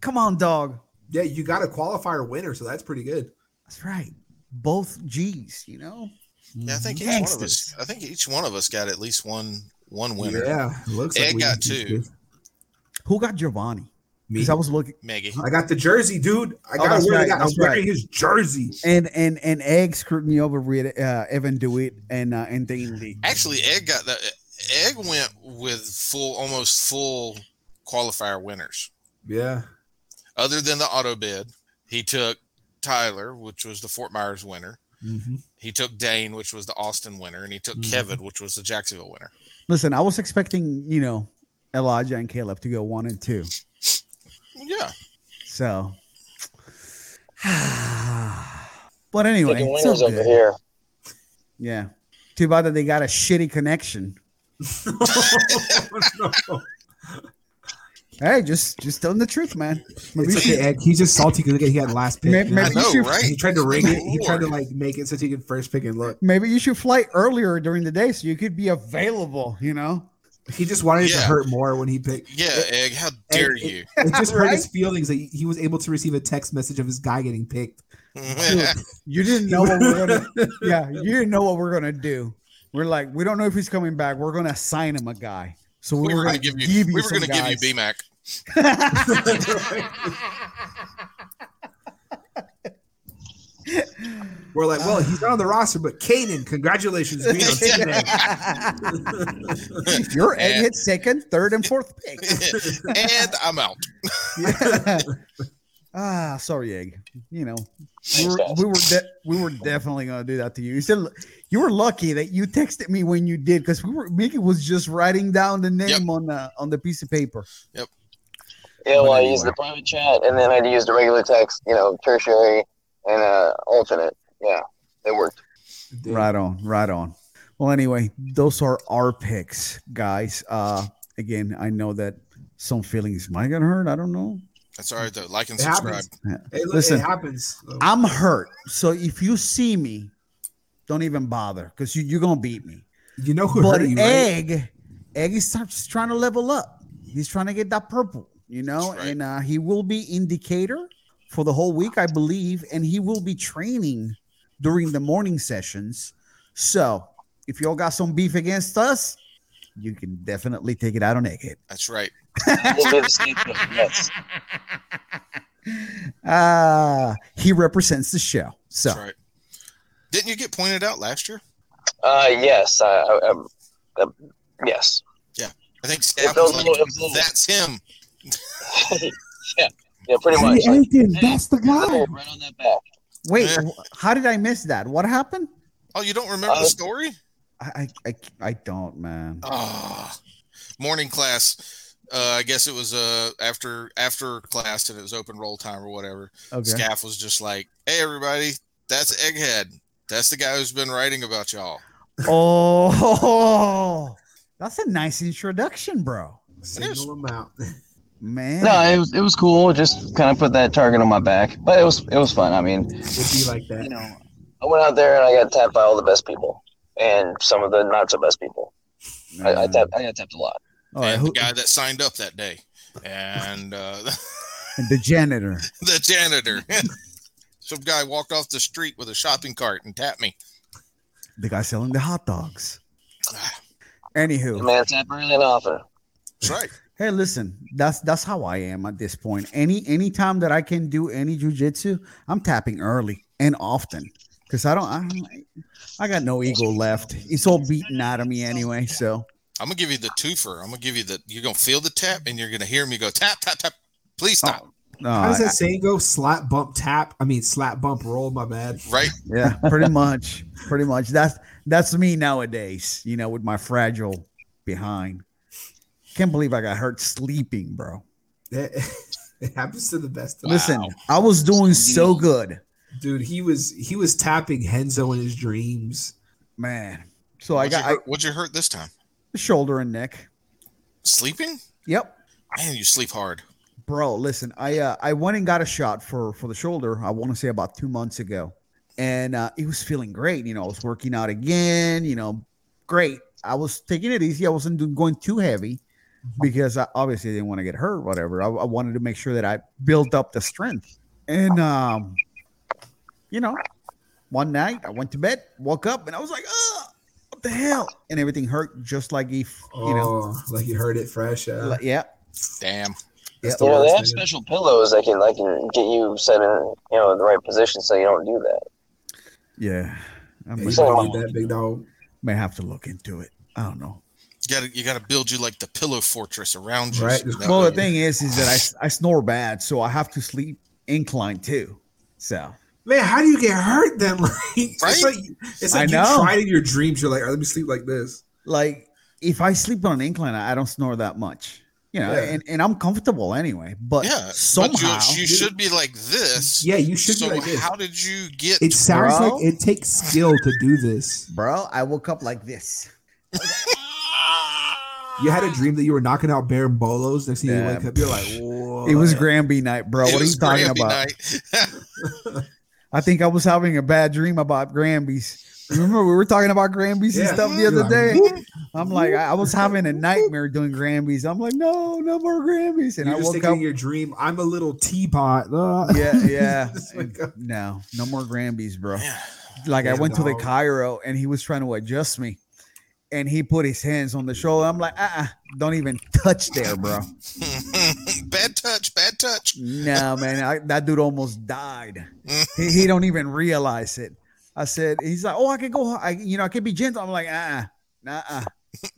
Come on, dog.
Yeah, you got a qualifier winner, so that's pretty good.
That's right. Both G's, you know.
Yeah, I think each one of us. I think each one of us got at least one one
Mm-hmm.
winner.
Yeah, looks like
Ed
we
got
beat
two.
this.
Who got Giovanni?
Me.
Because I was looking
Maggie.
I got the jersey, dude. I
Oh,
got
that's
a winner.
right,
I got, I'm
that's
wearing
right.
his jersey.
and and and Egg screwed me over with uh, Evan Dewitt and uh, and Dane Lee.
Actually, Egg got that. Egg went with full, almost full qualifier winners.
Yeah.
Other than the auto bid, he took Tyler, which was the Fort Myers winner.
Mhm.
He took Dane, which was the Austin winner, and he took
Mhm.
Kevin, which was the Jacksonville winner.
Listen, I was expecting you know Elijah and Caleb to go one and two.
Yeah,
So, but anyway,
Picking
it's all
winners over
good.
here.
yeah. Too bad that they got a shitty connection.
No.
Hey, just just telling the truth, man.
It's okay, Ed. He's just salty because he had last pick.
Maybe-
you know?
maybe-
I know,
should-
right?
He tried to ring it. He tried to
Lord.
like make it so he could first pick and look.
Maybe you should fly earlier during the day so you could be available. You know.
He just wanted it to
Yeah.
hurt more when he picked.
Yeah, Egg, how dare
Egg-
you?
It just hurt
Right?
his feelings that he was able to receive a text message of his guy getting picked.
You didn't know what we're gonna. yeah, you didn't know what we're gonna do. We're like, we don't know if he's coming back. We're gonna assign him a guy. So
we were
going
going
to
to give you. we were
some
going to give you
guys.
BMAC.
We're like, well,
Ah.
he's not on the roster, but Kanan, congratulations. being on team name.
Your egg
And-
hit second, third, and fourth pick.
and I'm out.
ah, sorry, egg. You know, we
Thanks,
were
guys.
we were, de- we were definitely gonna do that to you. You said you were lucky that you texted me when you did because we were Mickey was just writing down the name
Yep.
on the on the piece of paper.
Yeah, well, I
Anyway.
used the private chat, and then I used the regular text, you know, tertiary and uh, alternate. Yeah, it worked.
Dude,
Right on, right on. Well, anyway, those are our picks, guys. Uh, again, I know that some feelings might get hurt. I don't know.
That's all right though. Like and
It
subscribe.
happens. Hey, look,
Listen.
it happens.
I'm hurt, so if you see me, don't even bother because you, you're gonna beat me.
You know who
But
hurt you, right?
Egg, Egg is starts trying to level up. He's trying to get that purple, you know,
That's right.
and uh, he will be indicator for the whole week, I believe, and he will be training during the morning sessions. So if y'all got some beef against us, you can definitely take it out on Egghead.
That's right.
We'll be the scapegoat, yes.
Ah, he represents the show. So
That's right. Didn't you get pointed out last year?
Uh, yes. I, I, I'm- uh, yes.
I think Staff was
felt a
like,
little- it was a little-
"That's him."
yeah. Yeah. Pretty
Hey,
much. Like,
Aiken, that's the guy.
Oh,
right on that back.
wait,
Yeah.
wh- how did I miss that? What happened?
Oh, you don't remember
Uh,
the story?
I I, I, I don't, man.
Ah, morning class. Uh, I guess it was uh after after class and it was open roll time or whatever.
Okay.
Scaff was just like, "Hey everybody, that's Egghead. That's the guy who's been writing about y'all."
Oh, that's a nice introduction, bro.
Single him out.
Man,
No, it was it was cool. Just kind of put that target on my back, but it was it was fun. I mean,
It'd be like that.
you know, I went out there and I got tapped by all the best people and some of the not so best people. I, I
Mm.
tapped I got tapped a lot.
All right,
and
who,
the guy that signed up that day, and uh,
and the janitor.
the janitor. Some guy walked off the street with a shopping cart and tapped me.
The guy selling the hot dogs. Anywho,
Man, tap early and often.
That's right.
hey, listen, that's that's how I am at this point. Any any time that I can do any jujitsu, I'm tapping early and often because I don't. I, I got no ego left. It's all beaten out of me anyway. So
I'm gonna give you the twofer. I'm gonna give you the. You're gonna feel the tap, and you're gonna hear me go tap, tap, tap. Please stop.
no,
How does
I-
that saying go? Slap, bump, tap. I mean, slap, bump, roll. My bad.
Right?
yeah, pretty much, pretty much. That's that's me nowadays. You know, with my fragile behind. Can't believe I got hurt sleeping, bro.
That, it happens to the best of us.
Listen, I was doing so good,
Dude, he was he was tapping Henzo in his dreams.
man. So I
What'd,
got
you
I,
hurt, what'd you hurt this time?
shoulder and neck.
Sleeping?
Yep,
Man, you sleep hard.
bro listen i uh, i went and got a shot for for the shoulder i want to say about two months ago and uh it was feeling great you know i was working out again you know great i was taking it easy i wasn't doing, going too heavy
Mm-hmm.
because i obviously didn't want to get hurt whatever I, I wanted to make sure that i built up the strength and um you know one night i went to bed woke up and i was like oh what the hell and everything hurt just like if you know
Oh, like you heard it fresh. Uh,
like, yeah
Damn.
that's the
You know, they
worst,
have
man.
special pillows that can like can get you set in you know the right position so you don't do that.
yeah I
Yeah,
mean,
you gotta get that big dog.
may have to look into it. I don't know.
You gotta you gotta build you like the pillow fortress around you.
Right.
so that
Well,
way
the thing is, is that I, s- I snore bad, so I have to sleep inclined too. So
Man, how do you get hurt then? Like,
Right?
it's like, it's like
I
you
know.
tried in your dreams. You're like, "All right, let me sleep like this.
like if I sleep on an incline, I I don't snore that much. You know,
Yeah.
and, and I'm comfortable anyway. But
Yeah,
somehow
but you, you should be like this.
Yeah, you should
so
be like this.
how did you get?
It sounds
Bro.
like it takes skill to do this.
bro, I woke up like this.
You had a dream that you were knocking out Baron Bolos. Next thing you
Yeah.
wake up, you're like, "Whoa!"
It was Granby night, bro.
Oh, it
what are you
was
talking
Grammy
about?
night.
I think I was having a bad dream about Granby's. Remember, we were talking about Granby's and
Yeah.
stuff the
You're
other
like,
day.
"Whoop."
I'm like, I I was having a nightmare doing Grammys. I'm like, no, no more Grammys. And
You're
I
just
woke
thinking
up.
in your dream. I'm a little teapot. Uh,
yeah, yeah.
Just wake up.
no, no more Grammys, bro.
Yeah.
Like I
Damn
went to the
dog.
Cairo and he was trying to adjust me, and he put his hands on the shoulder. I'm like, uh, uh don't even touch there, bro.
bad touch, bad touch.
no, man, I, that dude almost died. he, he don't even realize it. I said, he's like, oh, I could go, I, you know, I could be gentle. I'm like, uh, uh, uh,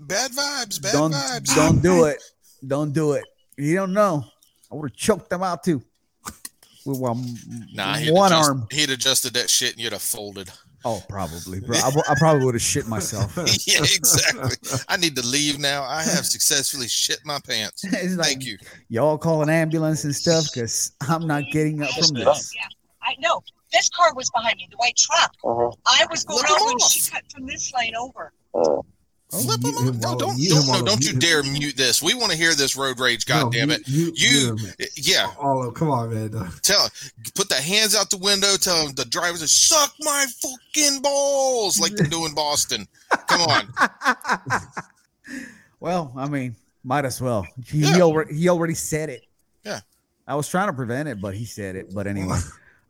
Bad vibes, bad
don't
vibes.
don't do it. Don't do it. You don't know. I would have choked them out too. With one,
Nah, he'd
one
adjust-
arm.
He'd adjusted that shit and you'd have folded.
Oh, probably, bro. I, w- I probably would have shit myself.
yeah, exactly. I need to leave now. I have successfully shit my pants.
it's like,
Thank you.
all call an ambulance and stuff because I'm not getting up from this.
Yeah, I know. This car was behind me, the white truck.
Uh-huh.
I was going
Look
out
him
when
off.
she cut from this lane over.
Uh,
Oh,
Flip
mute
them
him,
off. No,
Wallace.
don't,
Mute
don't,
him,
no,
Wallace.
don't you
Mute
dare
him.
mute this. We want to hear this road rage.
No,
God damn it.
mute- mute-
You-
mute him.
Yeah,
All of, come on, man. dog.
tell. Put the hands out the window. Tell them the driver to suck my fucking balls like they do in Boston. Come on.
Well, I mean, might as well. He,
Yeah.
already he already said it.
Yeah.
I was trying to prevent it, but he said it. But anyway,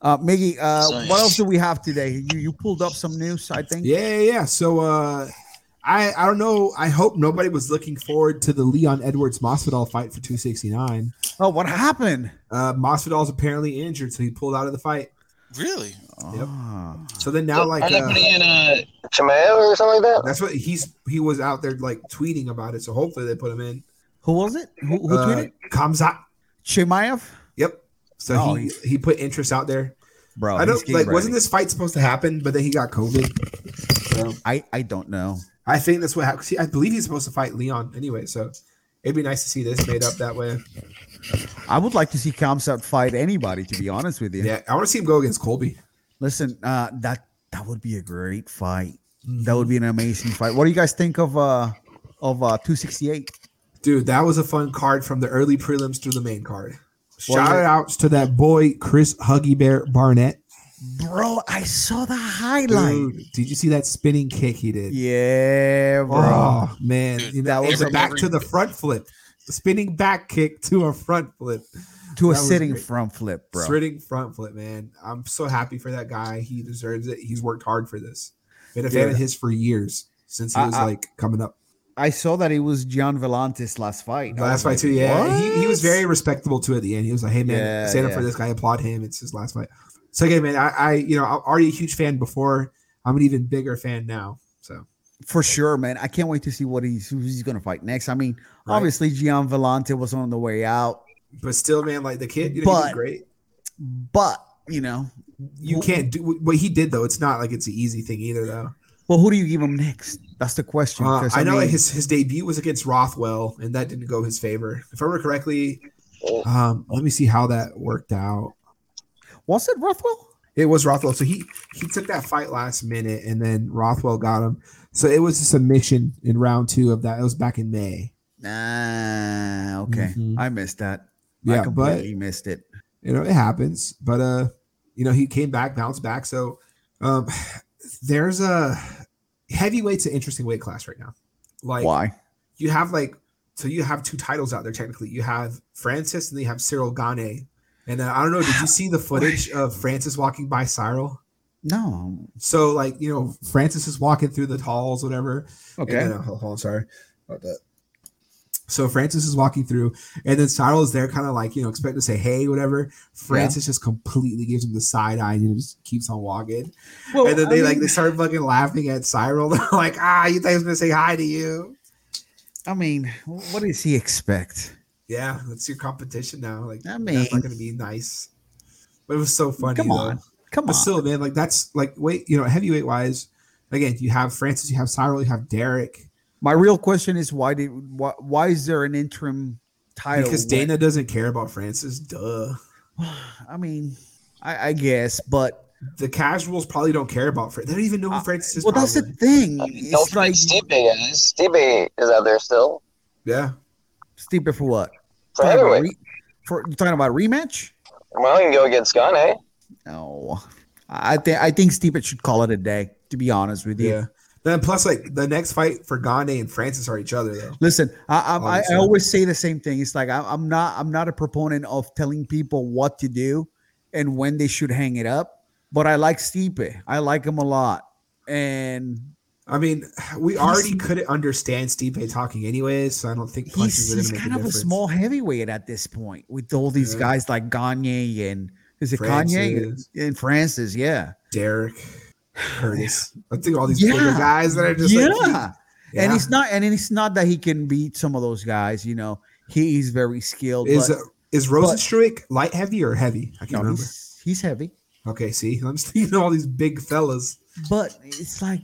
uh, Miggy, uh,
So-
what else do we have today? You you pulled up some news, I think.
Yeah, yeah, yeah. So uh I I don't know. I hope nobody was looking forward to the Leon Edwards Masvidal fight for 269.
Oh, what happened?
Uh Masvidal's apparently injured, so he pulled out of the fight.
Really?
Ah.
So then now like uh,
in a Chamael or something like that.
that's what he's he was out there like tweeting about it. So hopefully they put him in.
Who was it? Who, who
Uh,
tweeted?
Kamzat.
Chimaev?
Yep. So
Oh,
he, he put interest out there.
Bro,
I
he's
don't
getting
like
ready.
wasn't this fight supposed to happen, but then he got COVID. So
I, I don't know.
I think that's what happened. I believe he's supposed to fight Leon anyway, so it'd be nice to see this made up that way.
I would like to see Kamsat fight anybody, to be honest with you.
Yeah, I want to see him go against Colby.
Listen, uh, that that would be a great fight. That
Mm-hmm.
would be an amazing fight. What do you guys think of uh of uh 268?
Dude, that was a fun card from the early prelims through the main card. Shout
it-
outs to that boy Chris Huggy Bear Barnett.
Bro, I saw the highlight.
Dude, did you see that spinning kick he did?
Yeah, bro.
Oh man,
Dude,
you know,
that
it
was
was a
a-
back to the front flip, The spinning back kick to a front flip,
to a
that was
sitting
great.
front flip, bro.
spinning front flip. Man, I'm so happy for that guy. He deserves it. He's worked hard for this. Been a fan
Yeah.
of his for years since he
I-
was
I-
like coming up.
I saw that it was Gian Velantis last fight. I was
Last fight too, yeah. He, he was
"What?"
very respectable too at the end. He was like, "Hey man,
Yeah,
stand
yeah.
up for this guy. Applaud him. It's his last fight." So again, man, I, I you know I'm already a huge fan before. I'm an even bigger fan now. So
for sure, man. I can't wait to see what he's who he's gonna fight next. I mean,
Right.
obviously Gian Vellante was on the way out,
but still, man, like the kid, you know, he did
But-
great.
but you know,
You can't do what he did though. It's not like it's an easy thing either though.
well, who do you give him next? That's the question.
Uh,
'cause,
I know
mean,
like, his his debut was against Rothwell, and that didn't go his favor. If I remember correctly, um, let me see how that worked out.
was it Rothwell?
It was Rothwell. So he he took that fight last minute, and then Rothwell got him. So it was a submission in round two of that. It was back in May.
Nah, okay,
Mhm.
I missed that. I
Yeah, but
completely missed it.
you know it happens but uh you know he came back bounced back so um there's a heavyweight's an interesting weight class right now like
Why?
you have like so you have two titles out there technically you have francis and then you have cyril gane and uh, i don't know did you see the footage of francis walking by cyril
No.
so like you know francis is walking through the halls whatever
Okay.
and uh, then- hold, hold on, sorry about that. So Francis is walking through, and then Cyril is there, kind of like you know, expecting to say hey, whatever. Francis just completely gives him the side eye and he just keeps on walking.
Well,
and then
Oh, I
they
mean,
like they start fucking laughing at Cyril. They're like, ah, you think I was gonna say hi to you?
I mean, what does he expect?
Yeah, that's your competition now. Like,
I mean,
that's not gonna be nice. But it was so funny.
come
though.
on, come
But
on.
still, man, like that's like weight, you know, heavyweight wise. Again, you have Francis, you have Cyril, you have Derek.
My real question is why did why, why is there an interim title?
Because
when-
Dana doesn't care about Francis, duh.
I mean, I, I guess, but
the casuals probably don't care about Francis. They don't even know who
Uh,
Francis is.
well, that's the
probably.
thing.
I mean, don't
It's like
forget Stipe is. Stipe is out there still
yeah.
Stipe for what?
for
Talking about
heavyweight.
re- for you talking about rematch?
Well, he can go against Gane. eh?
No, I think I think Stipe should call it a day. To be honest with you,
yeah, Then plus, like the next fight for Gane and Francis are each other though.
Listen, I, I'm, I, I
Honestly.
always say the same thing. It's like I, I'm not I'm not a proponent of telling people what to do and when they should hang it up. But I like Stipe. I like him a lot. And
I mean, we
He's-
already couldn't understand Stipe talking anyways, so I don't think
he's,
punches are going
he's
to make
kind
a
of a
difference.
small heavyweight at this point with all these
Yeah.
guys like Gagne and is it
Francis.
Kanye and Francis? Yeah,
Derek Curtis. I think all these
Yeah.
bigger guys that are just
yeah.
like, yeah.
And it's not and it's not that he can beat some of those guys. You know, he, he's very skilled.
is
but,
uh, is Rosenstruik light heavy or heavy? I can't
no,
remember.
he's, he's heavy.
Okay, see, I'm just thinking of all these big fellas.
but it's like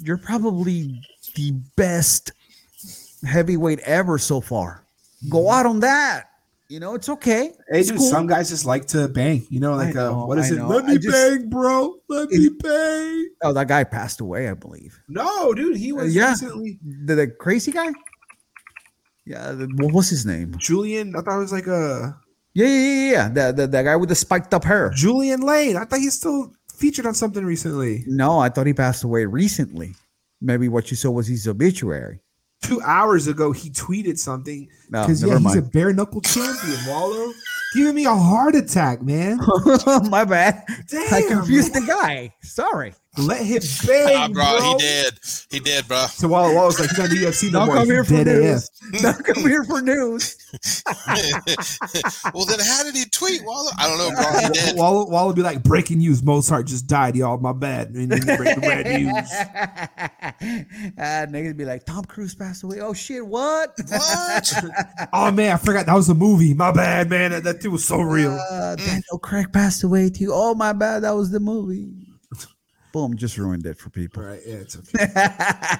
you're probably the best heavyweight ever so far. Go
Mm-hmm.
out on that. You know, it's okay.
Hey,
It's
dude,
cool.
some guys just like to bang. You know, like
know,
uh, what is
I
it?
know.
Let
I
me
just-
bang, bro. Let me bang.
Oh, that guy passed away, I believe.
No, dude, he was
yeah.
recently
The, the crazy guy? Yeah, the, what was his name?
Julian. I thought it was like a
Yeah, yeah, yeah, yeah. The, the, the guy with the spiked up hair.
Julian Lane. I thought he's still featured on something recently.
No, I thought he passed away recently. Maybe what you saw was his obituary.
Two hours ago, he tweeted something
No,
because
never
yeah, he's a
mind.
bare knuckle champion. Wallow giving me a heart attack, man.
My bad.
Damn,
I confused the guy. Sorry.
let him bang,
Ah, bro,
bro.
he did. He did, bro.
So Wallow, Wallow's like he's on the UFC no
Don't
more.
come
He's
here for
dead AF.
news. Don't come here for news.
well, then how did he tweet, Waller? I don't know, bro. He did.
Wall Wall would be like breaking news. Mozart just died, y'all. My bad. And then break the bad news.
uh, niggas be like, Tom Cruise passed away. Oh shit, what?
What?
Oh man, I forgot that was a movie. My bad, man. That, that dude was so real.
Uh, Daniel Craig passed away too. Oh my bad, that was the movie. Boom, just ruined it for people.
Right? Yeah, it's okay.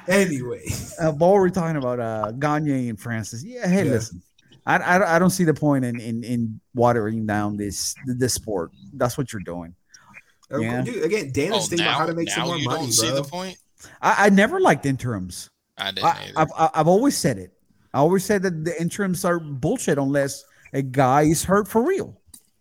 Anyway,
uh, but we're talking about uh, Gagne and Francis. Yeah, hey,
Yeah.
listen, I, I I don't see the point in in, in watering down this this sport. That's what you're doing. Yeah.
dude. Again, Dana's
Oh,
thinking about how to make some more
you
money,
don't
bro.
see the point?
I, I never liked interims.
I didn't
I,
either.
I've, I- I've always said it. I always said that the interims are bullshit unless a guy is hurt for real.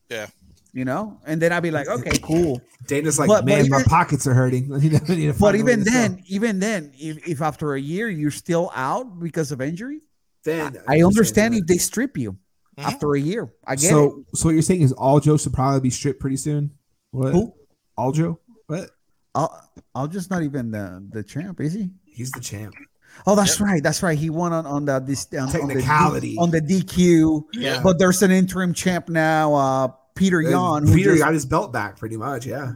Yeah.
You know, and then I'd be like, okay, cool.
Dana's like,
But- but
man, my
even-
pockets are hurting. I need to- I need to
But
find a way
even
to sell."
then, even then, if, if after a year you're still out because of injury,
then
I understand if
that.
they strip you
Mhm.
after a year. I get it.
So, so what you're saying is all Joe should probably be stripped pretty soon. What?
Who?
All Joe? What?
I'll, I'll just not even the the champ, is he?
He's the champ.
Oh, that's right, that's right. He won on on the this on, on the D-
Technicality.
on the DQ.
Yeah.
But there's an interim champ now, uh, Peter Yan. who
Peter
just-
got his belt back, pretty much. Yeah.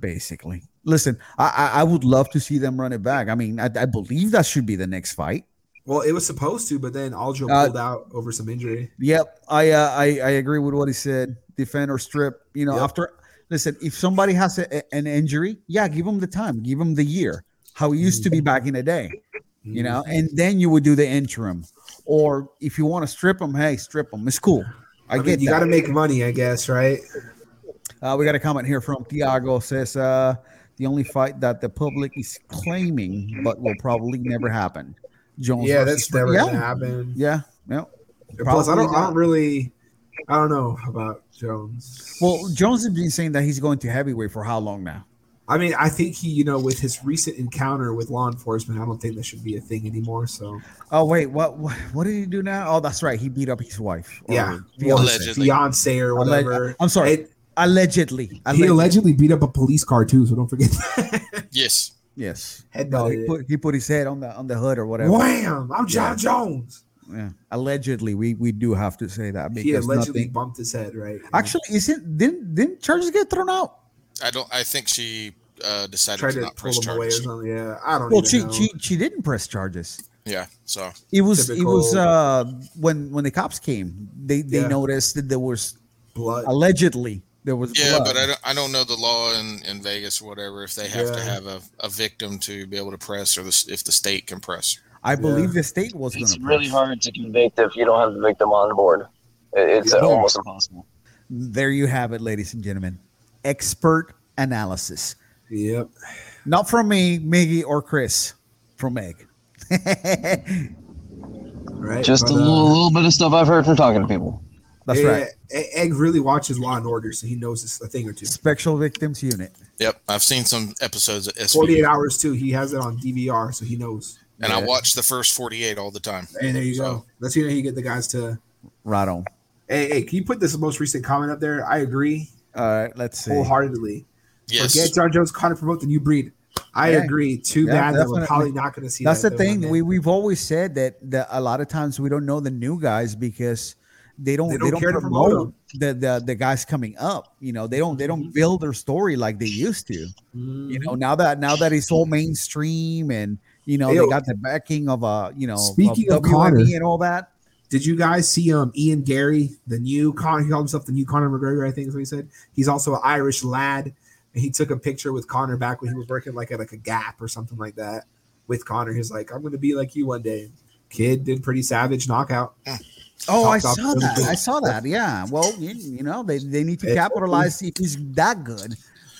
basically. Listen, I, I I would love to see them run it back. I mean, I, I believe that should be the next fight.
Well, it was supposed to, but then Aljo
Uh,
pulled out over some injury.
Yep, I uh, I I agree with what he said. Defend or strip. You know,
Yep.
after listen, if somebody has a, a- an injury, yeah, give them the time, give them the year, how it used to be back in the day. You
Mm-hmm.
know, and then you would do the interim, or if you want to strip them, hey, strip them. It's cool. I,
I,
get
mean, you
that.
got to make money, I guess, right?
Uh, we got a comment here from Tiago says uh, the only fight that the public is claiming but will probably never happen. Jones.
Yeah,
versus-
that's never
yeah,
gonna happen.
yeah, yeah.
Plus,
Probably
I don't, I
not.
don't really. I don't know about Jones.
Well, Jones has been saying that he's going to heavyweight for how long now?
I mean, I think he, you know, with his recent encounter with law enforcement, I don't think that should be a thing anymore. So
Oh wait, what what, what did he do now? Oh, that's right, he beat up his wife. or
yeah,
fiancée.
Allegedly.
fiance or
Alleg-
whatever.
I'm sorry,
It-
allegedly.
he
Alleg-
allegedly beat up a police car too, so don't forget that.
Yes.
yes.
Head
No,
nodded
he
it.
put he put his head on the on the hood or whatever.
Wham! I'm John
Yeah.
Jones.
Yeah. Allegedly, we we do have to say that because
he allegedly
nothing.
bumped his head, right?
Actually, isn't didn't didn't charges get thrown out?
I don't. I think she uh, decided
tried
to
to
not
pull
press
him away or
charges.
something. Yeah, I don't
Well,
even
she
know.
she she didn't press charges.
Yeah. So
It was it was
Typical-
uh when when the cops came, they they
Yeah.
noticed that there was
Blood.
allegedly there was
yeah,
blood.
but I don't. I don't know the law in, in Vegas or whatever if they have to
Yeah.
have a, a victim to be able to press or the, s- if the state can press.
I believe
Yeah.
the state was going
It's
to
really hard to convict if you don't have the victim on board. It- It's
Yeah.
almost impossible.
There you have it, ladies and gentlemen. Expert analysis.
Yep.
Not from me, Miggy, or Chris. From Meg.
Right.
Just
but,
a
uh,
little, little bit of stuff I've heard from talking to people.
That's
yeah,
right.
E- Egg really watches Law and Order, so he knows this- a thing or two.
Special Victims Unit.
Yep. I've seen some episodes of SVU,
Forty-eight hours too. He has it on DVR, so he knows.
and I
Yeah.
watch the first forty eight all the time.
Hey, there you go. That's you know you get the guys to.
Right on.
Hey, hey, can you put this most recent comment up there? I agree
All right, let's see.
wholeheartedly.
Yes.
Forget John Jones kind of promote the new breed. I
Yeah.
agree. Too
Yeah,
bad that
definitely.
we're probably not going to see.
That's
that
the thing.
one day.
We we've always said that, that a lot of times we don't know the new guys because they don't they don't,
care to promote Mm-hmm.
promote the, the the guys coming up. You know, they don't they don't build their story like they used to.
Mhm.
You know, now that now that it's all mainstream and you know
Yo.
they got the backing of uh you know of
Speaking of
WME
Connor-
and all that.
Did you guys see um Ian Gary, the new Con? He called himself the new Conor McGregor. I think is what he said. He's also an Irish lad, and he took a picture with Conor back when he was working like at like a Gap or something like that with Conor. He's like, I'm going to be like you one day. Kid did pretty savage knockout.
Oh, I
Popped
saw
up.
that. I saw that. Yeah. Well, you, you know they, they need to
It's-
capitalize if he's that good,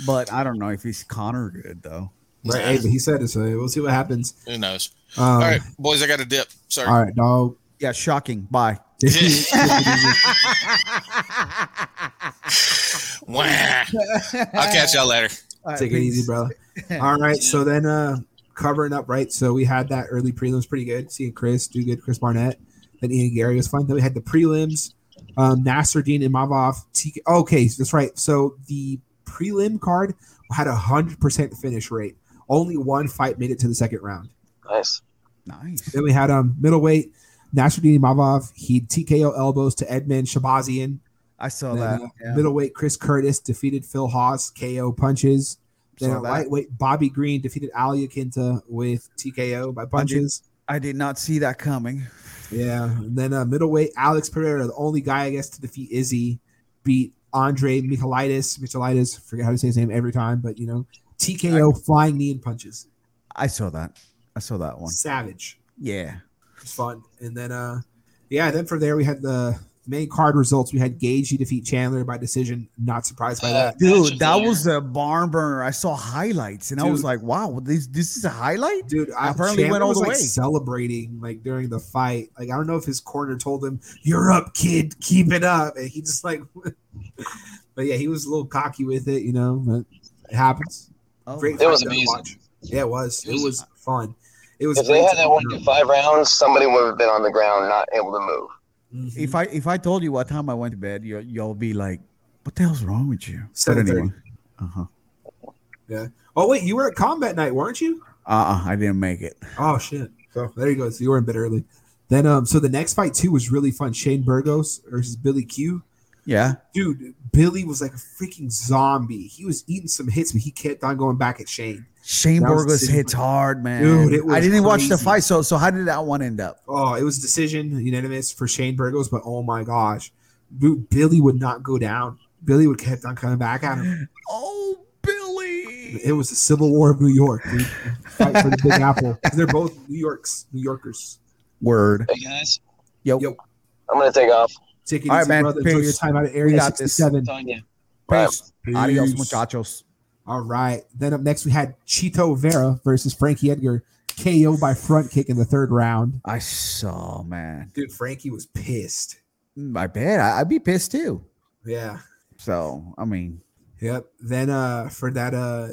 but I don't know if he's Connor good though.
Right, hey, but he said it, so we'll see what happens.
Who knows?
Um,
all right, boys. I got a dip. Sorry.
all right, dog.
Yeah, shocking. Bye.
Wah. I'll catch y'all later.
Take it easy, brother. All right. So then uh covering up, right? So we had that early prelims pretty good. Seeing Chris do good, Chris Barnett. Then Ian Gary was fun. Then we had the prelims. Um Nasser Dean and Mavov. TK. Okay, so that's right. So the prelim card had a hundred percent finish rate. Only one fight made it to the second round.
Nice.
Nice.
Then we had um middleweight. Nasser Dean Mavov. He TKO elbows to Edmund Shabazian.
I saw
Then,
that.
uh,
Yeah.
Middleweight Chris Curtis defeated Phil Haas KO punches. Then
Saw
at
that.
lightweight Bobby Green defeated Ali Akinta with TKO by punches.
I did not see that coming.
Yeah. And then uh, middleweight Alex Pereira, the only guy I guess to defeat Izzy, beat Andre Michalitis. Michalitis, forget how to say his name every time, but you know, TKO flying knee and punches.
I saw that. I saw that one.
Savage.
Yeah.
It's fun. And then uh yeah, then from there we had the main card results. We had Gagey defeat Chandler by decision. Not surprised by that.
Dude, that was a barn burner. I saw highlights and I was
Dude.
like, wow, this this is a highlight?
Dude, I
Apparently went all
was,
the
like,
way.
celebrating like during the fight. Like I don't know if his corner told him, "You're up, kid. Keep it up." And he just like, but yeah, he was a little cocky with it, you know. But it happens.
Oh,
Great
It was
fight to
amazing.
watch. Yeah, it was. It
It was-
was fun. It was.
If they had that one to five rounds, somebody would have been on the ground, not able to move.
Mm-hmm.
if I if I told you what time I went to bed, you you'll be like, what the hell's wrong with you? But
7:30.
anyway, uh-huh.
oh wait, you were at combat night, weren't you?
Uh-uh, I didn't make it.
Oh shit. So there you go. So you were in bed early. Then um, so the next fight too was really fun. Shane Burgos versus Billy Q.
Yeah.
dude, Billy was like a freaking zombie. He was eating some hits, but he kept on going back at Shane.
Shane
That was
Burgos
super-
hits hard, man.
Dude, it
I
was
didn't watch the
crazy.
fight, so so how did that one end up?
Oh, it was decision unanimous for Shane Burgos, but oh my gosh, dude, Billy would not go down. Billy would kept on coming back at him.
Oh, Billy.
It was the Civil War of New York. Dude. Fight for the Big Apple. They're both New Yorks, New Yorkers.
Word.
Hey guys,
Yo,
Yo,
I'm gonna take off.
Take it
All right,
easy,
man.
brother. Enjoy
Peace.
your time out of Area
got this.
67.
Talking to you.
peace. Adios,
Peace.
muchachos.
All right. Then up next, we had Chito Vera versus Frankie Edgar, KO by front kick in the third round.
I saw, man. Mm,
Dude, Frankie was pissed.
I bet I, I'd be pissed too.
Yeah.
So I mean,
Yep. Then uh for that uh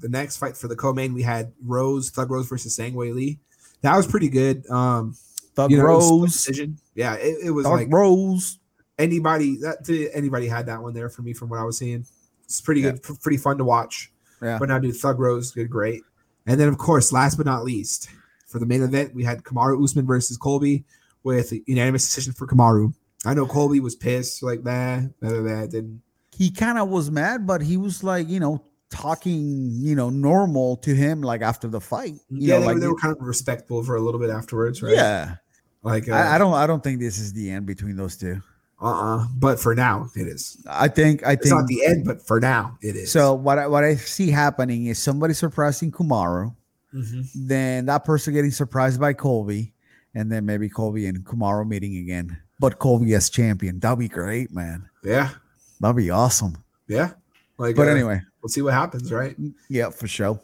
the next fight for the co-main we had Rose Thug Rose versus Sangwei Lee. That was pretty good. Um
Thug
you know, it was split
Rose,
decision. Yeah, it, it was
Dark
like
Rose.
anybody that to anybody had that one there for me from what I was seeing. It's pretty
Yeah.
good, pr- pretty fun to watch.
Yeah.
But now dude, Thug Rose did great. And then of course, last but not least, for the main event, we had Kamaru Usman versus Colby with a unanimous decision for Kamaru. I know Colby was pissed, like that, that, that didn't
He kind of was mad, but he was like, you know, talking, you know, normal to him like after the fight. You
yeah,
know,
they, were-
like
they were kind of respectful for a little bit afterwards, right?
yeah.
Like, uh,
I, I don't. I don't think this is the end between those two.
uh, uh But for now, it is.
I think. I
It's not
think.
the end, but for now, it is.
So what I, what I see happening is somebody surprising Kumaru,
Mhm.
then that person getting surprised by Colby, and then maybe Colby and Kumaru meeting again. But Colby as champion, that'd be great, man.
yeah,
That'd be awesome.
yeah. Like,
But
uh,
anyway,
we'll see what happens, right?
yeah, for sure.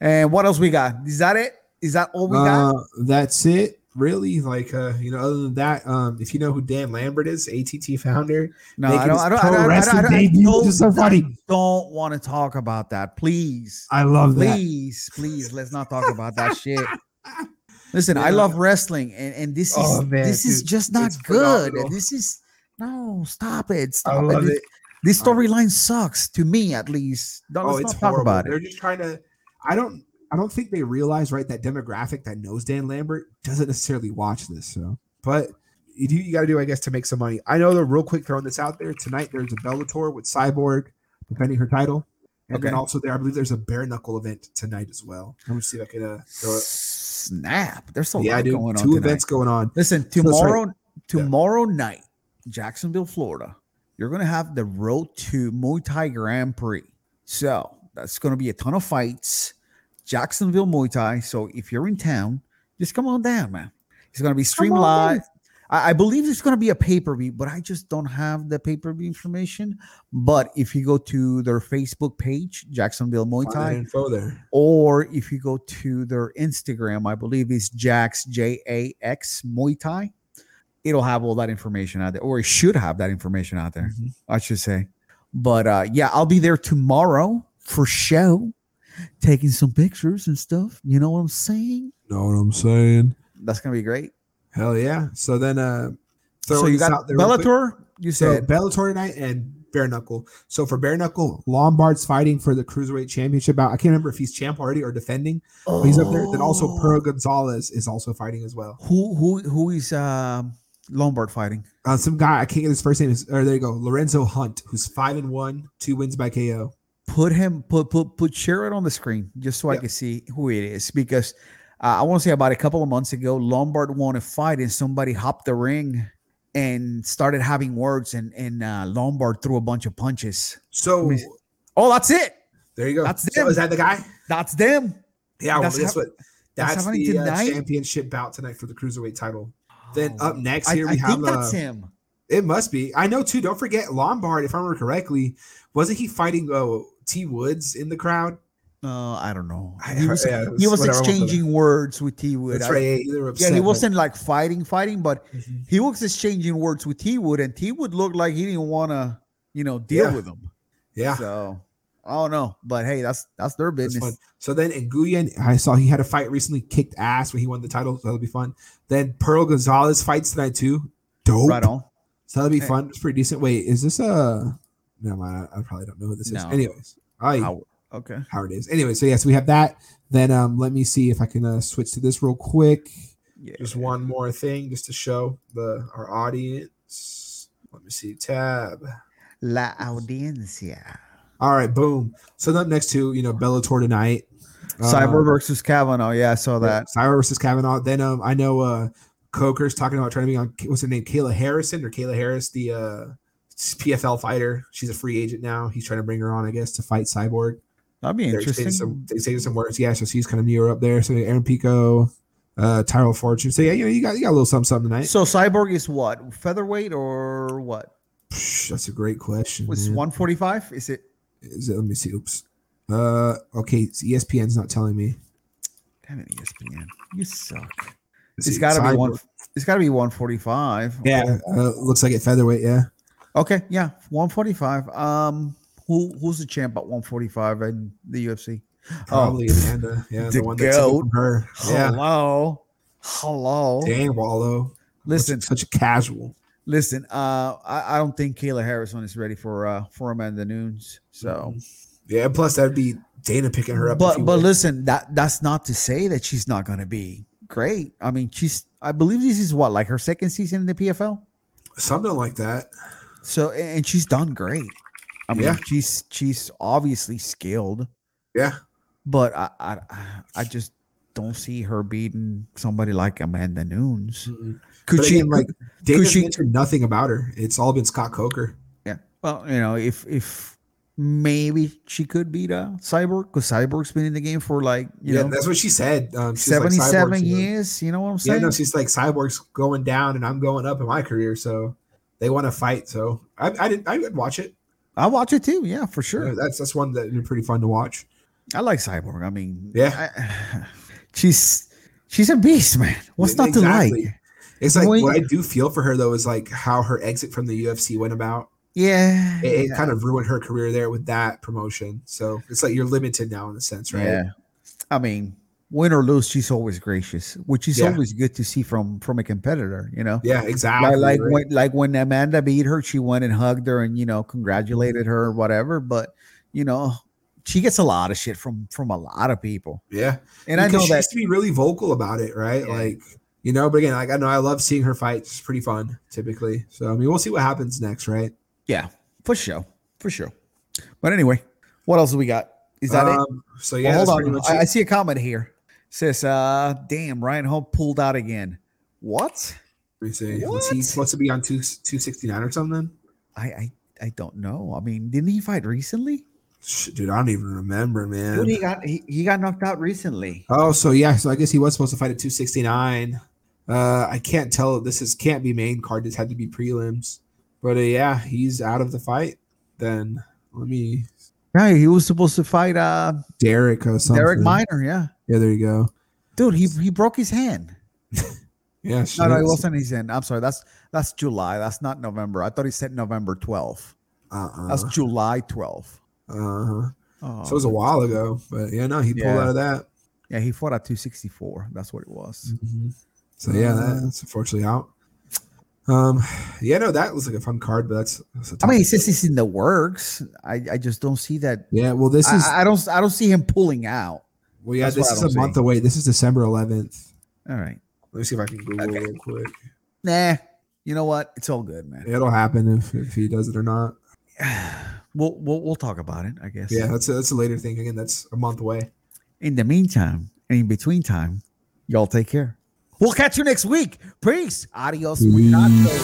And what else we got? Is that it? Is that all we got?
Uh, that's it, really. Like, uh, you know, other than that, um, if you know who Dan Lambert is, ATT founder,
No,
making
I don't.
his
I don't. I
pro
don't. I
wrestling
don't, I don't, I
debut,
don't-
which is so funny.
don't want to talk about that, please.
I love
please, please, let's not talk about that shit. Listen, I love wrestling, and, and this is
Oh, man,
this is
dude,
just not
it's
good.
phenomenal.
This is no, stop it,
I
stop
love
it.
it.
This
All
storyline sucks to me, at least. No,
oh,
let's
it's
not talk
horrible.
about
They're
it.
just trying to. I don't. I don't think they realize right that demographic that knows Dan Lambert doesn't necessarily watch this. So, but you do. You got to do, I guess, to make some money. I know they're real quick throwing this out there tonight. There's a Bellator with Cyborg defending her title, and then
Okay.
also there, I believe, there's a bare knuckle event tonight as well. Let me see if I can. Uh, throw it.
Snap! There's a
Yeah,
lot
dude. Two
going on tonight.
events going on.
Listen,
So sorry.
tomorrow, tomorrow night, Jacksonville, Florida, you're gonna have the Road to Muay Thai Grand Prix. So that's gonna be a ton of fights. Jacksonville Muay Thai. So if you're in town, just come on down, man. It's gonna be stream
on
live. I, I believe it's gonna be a pay per view, but I just don't have the pay per view information. But if you go to their Facebook page, Jacksonville Muay
Find that
Thai,
info there.
or if you go to their Instagram, I believe it's Jax J A X Muay Thai. It'll have all that information out there, or it should have that information out there,
Mhm.
I should say. But uh, yeah, I'll be there tomorrow for show, taking some pictures and stuff. You know what I'm saying?
Know what I'm saying?
That's gonna be great.
Hell yeah! So then, uh,
so
throwing
you
this
got
real quick.
Bellator. You
So
said
Bellator tonight and bare knuckle. So for bare knuckle, Lombard's fighting for the cruiserweight championship. Out I can't remember if he's champ already or defending, but he's up there. Then also Pearl Gonzalez is also fighting as well.
Oh. Who who who is um, Lombard fighting?
Uh, some guy I can't get his first name. Is, or there you go, Lorenzo Hunt, who's five and one, two wins by KO.
put him put put put share it on the screen just so I
Yeah.
can see who it is because uh, I want to say about a couple of months ago Lombard won a fight and somebody hopped the ring and started having words and and uh, Lombard threw a bunch of punches.
So
Let me- Oh, that's it.
there you go.
That's
so
him.
is that the guy?
That's them.
Yeah,
That's
well, guess
hap-
what? That's,
happening
the uh,
tonight?
championship bout tonight for the cruiserweight title. Then up next
Oh. I,
here we
I
have
think that's
uh,
him.
It must be. I know too. Don't forget Lombard. If I remember correctly, wasn't he fighting uh, T Woods in the crowd?
Uh, I don't know.
I-
He was,
yeah, it
he was
whatever, whatever.
exchanging words with T Wood.
That's
I-
right. Yeah, they were upset,
Yeah, he
but-
wasn't like fighting, fighting, but
Mhm.
he was exchanging words with T Wood, and T Wood looked like he didn't want to, you know, deal
Yeah.
with him.
Yeah,
So I don't know, but hey, that's that's their
that's fun.
business.
So then Nguyen, I saw he had a fight recently, kicked ass when he won the title. So that'll be fun. Then Pearl Gonzalez fights tonight too. Dope.
Right on.
So that'll be
Hey.
fun. It's pretty decent. Wait, is this a? No, I, I probably don't know who this is.
No.
Anyways, I
Howard. Okay.
Howard is. Anyway, so yes, we have that. Then um, let me see if I can uh, switch to this real quick.
Yeah.
just one more thing just to show the our audience let me see tab
La audiencia.
all right boom so then up next to you know bellator tonight
Cyber
Uh,
versus Kavanaugh. Yeah, I saw that.
cyber versus kavanaugh then um i know uh coker's talking about trying to be on what's her name kayla harrison or kayla harris the uh pfl fighter she's a free agent now he's trying to bring her on i guess to fight cyborg
That'd be
they're exchanging some
interesting.
they're exchanging some words. Yeah, so she's kind of newer up there. So Aaron Pico, uh Tyrell Fortune. So yeah, you know, you got you got a little something something tonight.
So Cyborg is what featherweight or what?
Psh, that's a great question.
Was
man.
one forty five? Is it?
Is it, let me see. Oops. E Uh, okay. it's ESPN's not telling me.
E Damn it, ESPN. You suck. It's got to be
Cyborg.
one. It's got to be 145.
Yeah, uh, looks like it featherweight. Yeah,
Okay. Yeah. 145. Um. Who Who's the champ at 145 in the UFC?
probably Amanda. Yeah, the,
Oh. the
one that took it
goat.
from her. Yeah,
Hello. Hello.
dang Wallow.
Listen.
such a casual.
Listen. Uh. I, I don't think Kayla Harrison is ready for uh for Amanda Nunes. So.
Yeah, plus that'd be Dana picking her Mm-hmm.
But
up. if he
but
would.
listen, that that's not to say that she's not going to be great. I mean, she's. I believe this is what like her second season in the PFL.
something like that.
So and and she's done great. I mean,
Yeah.
she's she's obviously skilled,
Yeah,
but I, I I just don't see her beating somebody like Amanda Nunes. Could
but
she
again, like Dana
she-
mentioned nothing about her. It's all been Scott Coker.
Yeah. Well, you know, if if maybe she could beat a cyborg because cyborg's been in the game for like you
yeah,
know
that's what she said. Um, she's like,
seventy seven
Cyborg's-
years. You know what I'm
Yeah,
saying?
no, she's like Cyborg's going down, and I'm going up in my career. So they want to fight. So I, I did. I would watch it.
I watch it too. Yeah, for sure.
Yeah, that's that's one that'd be pretty fun to watch.
I like cyborg. I mean,
Yeah.
I- she's she's a beast, man. What's
Yeah,
not to
exactly.
like?
It's like
Wait.
what I do feel for her though is like how her exit from the UFC went about.
Yeah.
It, it
yeah.
kind of ruined her career there with that promotion. So it's like you're limited now in a sense, right?
Yeah. I mean, win or lose, she's always gracious, which is
Yeah.
always good to see from from a competitor, you know.
Yeah, exactly.
like like
right?
when like when Amanda beat her, she went and hugged her and you know congratulated her or whatever. But you know, she gets a lot of shit from from a lot of people,
yeah,
and I
Because
know
she
that.
used to be really vocal about it, right?
Yeah.
Like you know, but again, like I know I love seeing her fight. It's pretty fun typically. So I mean, we'll see what happens next, right?
Yeah, for sure, for sure. But anyway, what else do we got? Is that it?
um, So yeah,
Well,
that's
hold
pretty
on.
much
I, I
it.
see a comment here. says, uh, damn, Ryan Hall pulled out again. What?
Let me see. Was he
What?
supposed to be on two two sixty nine or something?
I, I I don't know. I mean, didn't he fight recently?
Shit, Dude, I don't even remember, man.
Dude, he got he, he got knocked out recently.
Oh, so yeah, so I guess he was supposed to fight at 269. Uh, I can't tell. This is can't be main card. This had to be prelims. But uh, yeah, he's out of the fight. Then let me
Yeah, he was supposed to fight uh
Derek or something.
Derek Miner, yeah.
Yeah, there you go.
Dude, he, he broke his hand.
Yeah,
No,
shit.
no, it wasn't his hand. I'm sorry. That's that's July. That's not November. I thought he said November 12th.
Uh-uh.
That's July 12th.
uh-huh.
Uh-huh. Oh,
So it was a while ago. But yeah, no, he pulled
Yeah.
out of that.
yeah, he fought at 264. That's what it was.
So yeah,
Mm-hmm. Uh.
that's unfortunately out. Um, yeah, no, that was like a fun card, but that's, that's a
I mean,
tough-
he says it's in the works. I, I just don't see that.
yeah. Well, this is
I, I don't I don't see him pulling out.
well, yeah,
that's what
this
I
is
don't
a month
see.
away. This is December 11th.
All right.
Let me see if I can Google
Okay.
real quick.
Nah. You know what? It's all good, man.
It'll happen if, if he does it or not.
We'll, we'll we'll talk about it, I guess.
Yeah, that's a, that's a later thing. Again, that's a month away.
In the meantime, and in between time, y'all take care. We'll catch you next week. Peace. Adios. muchachos.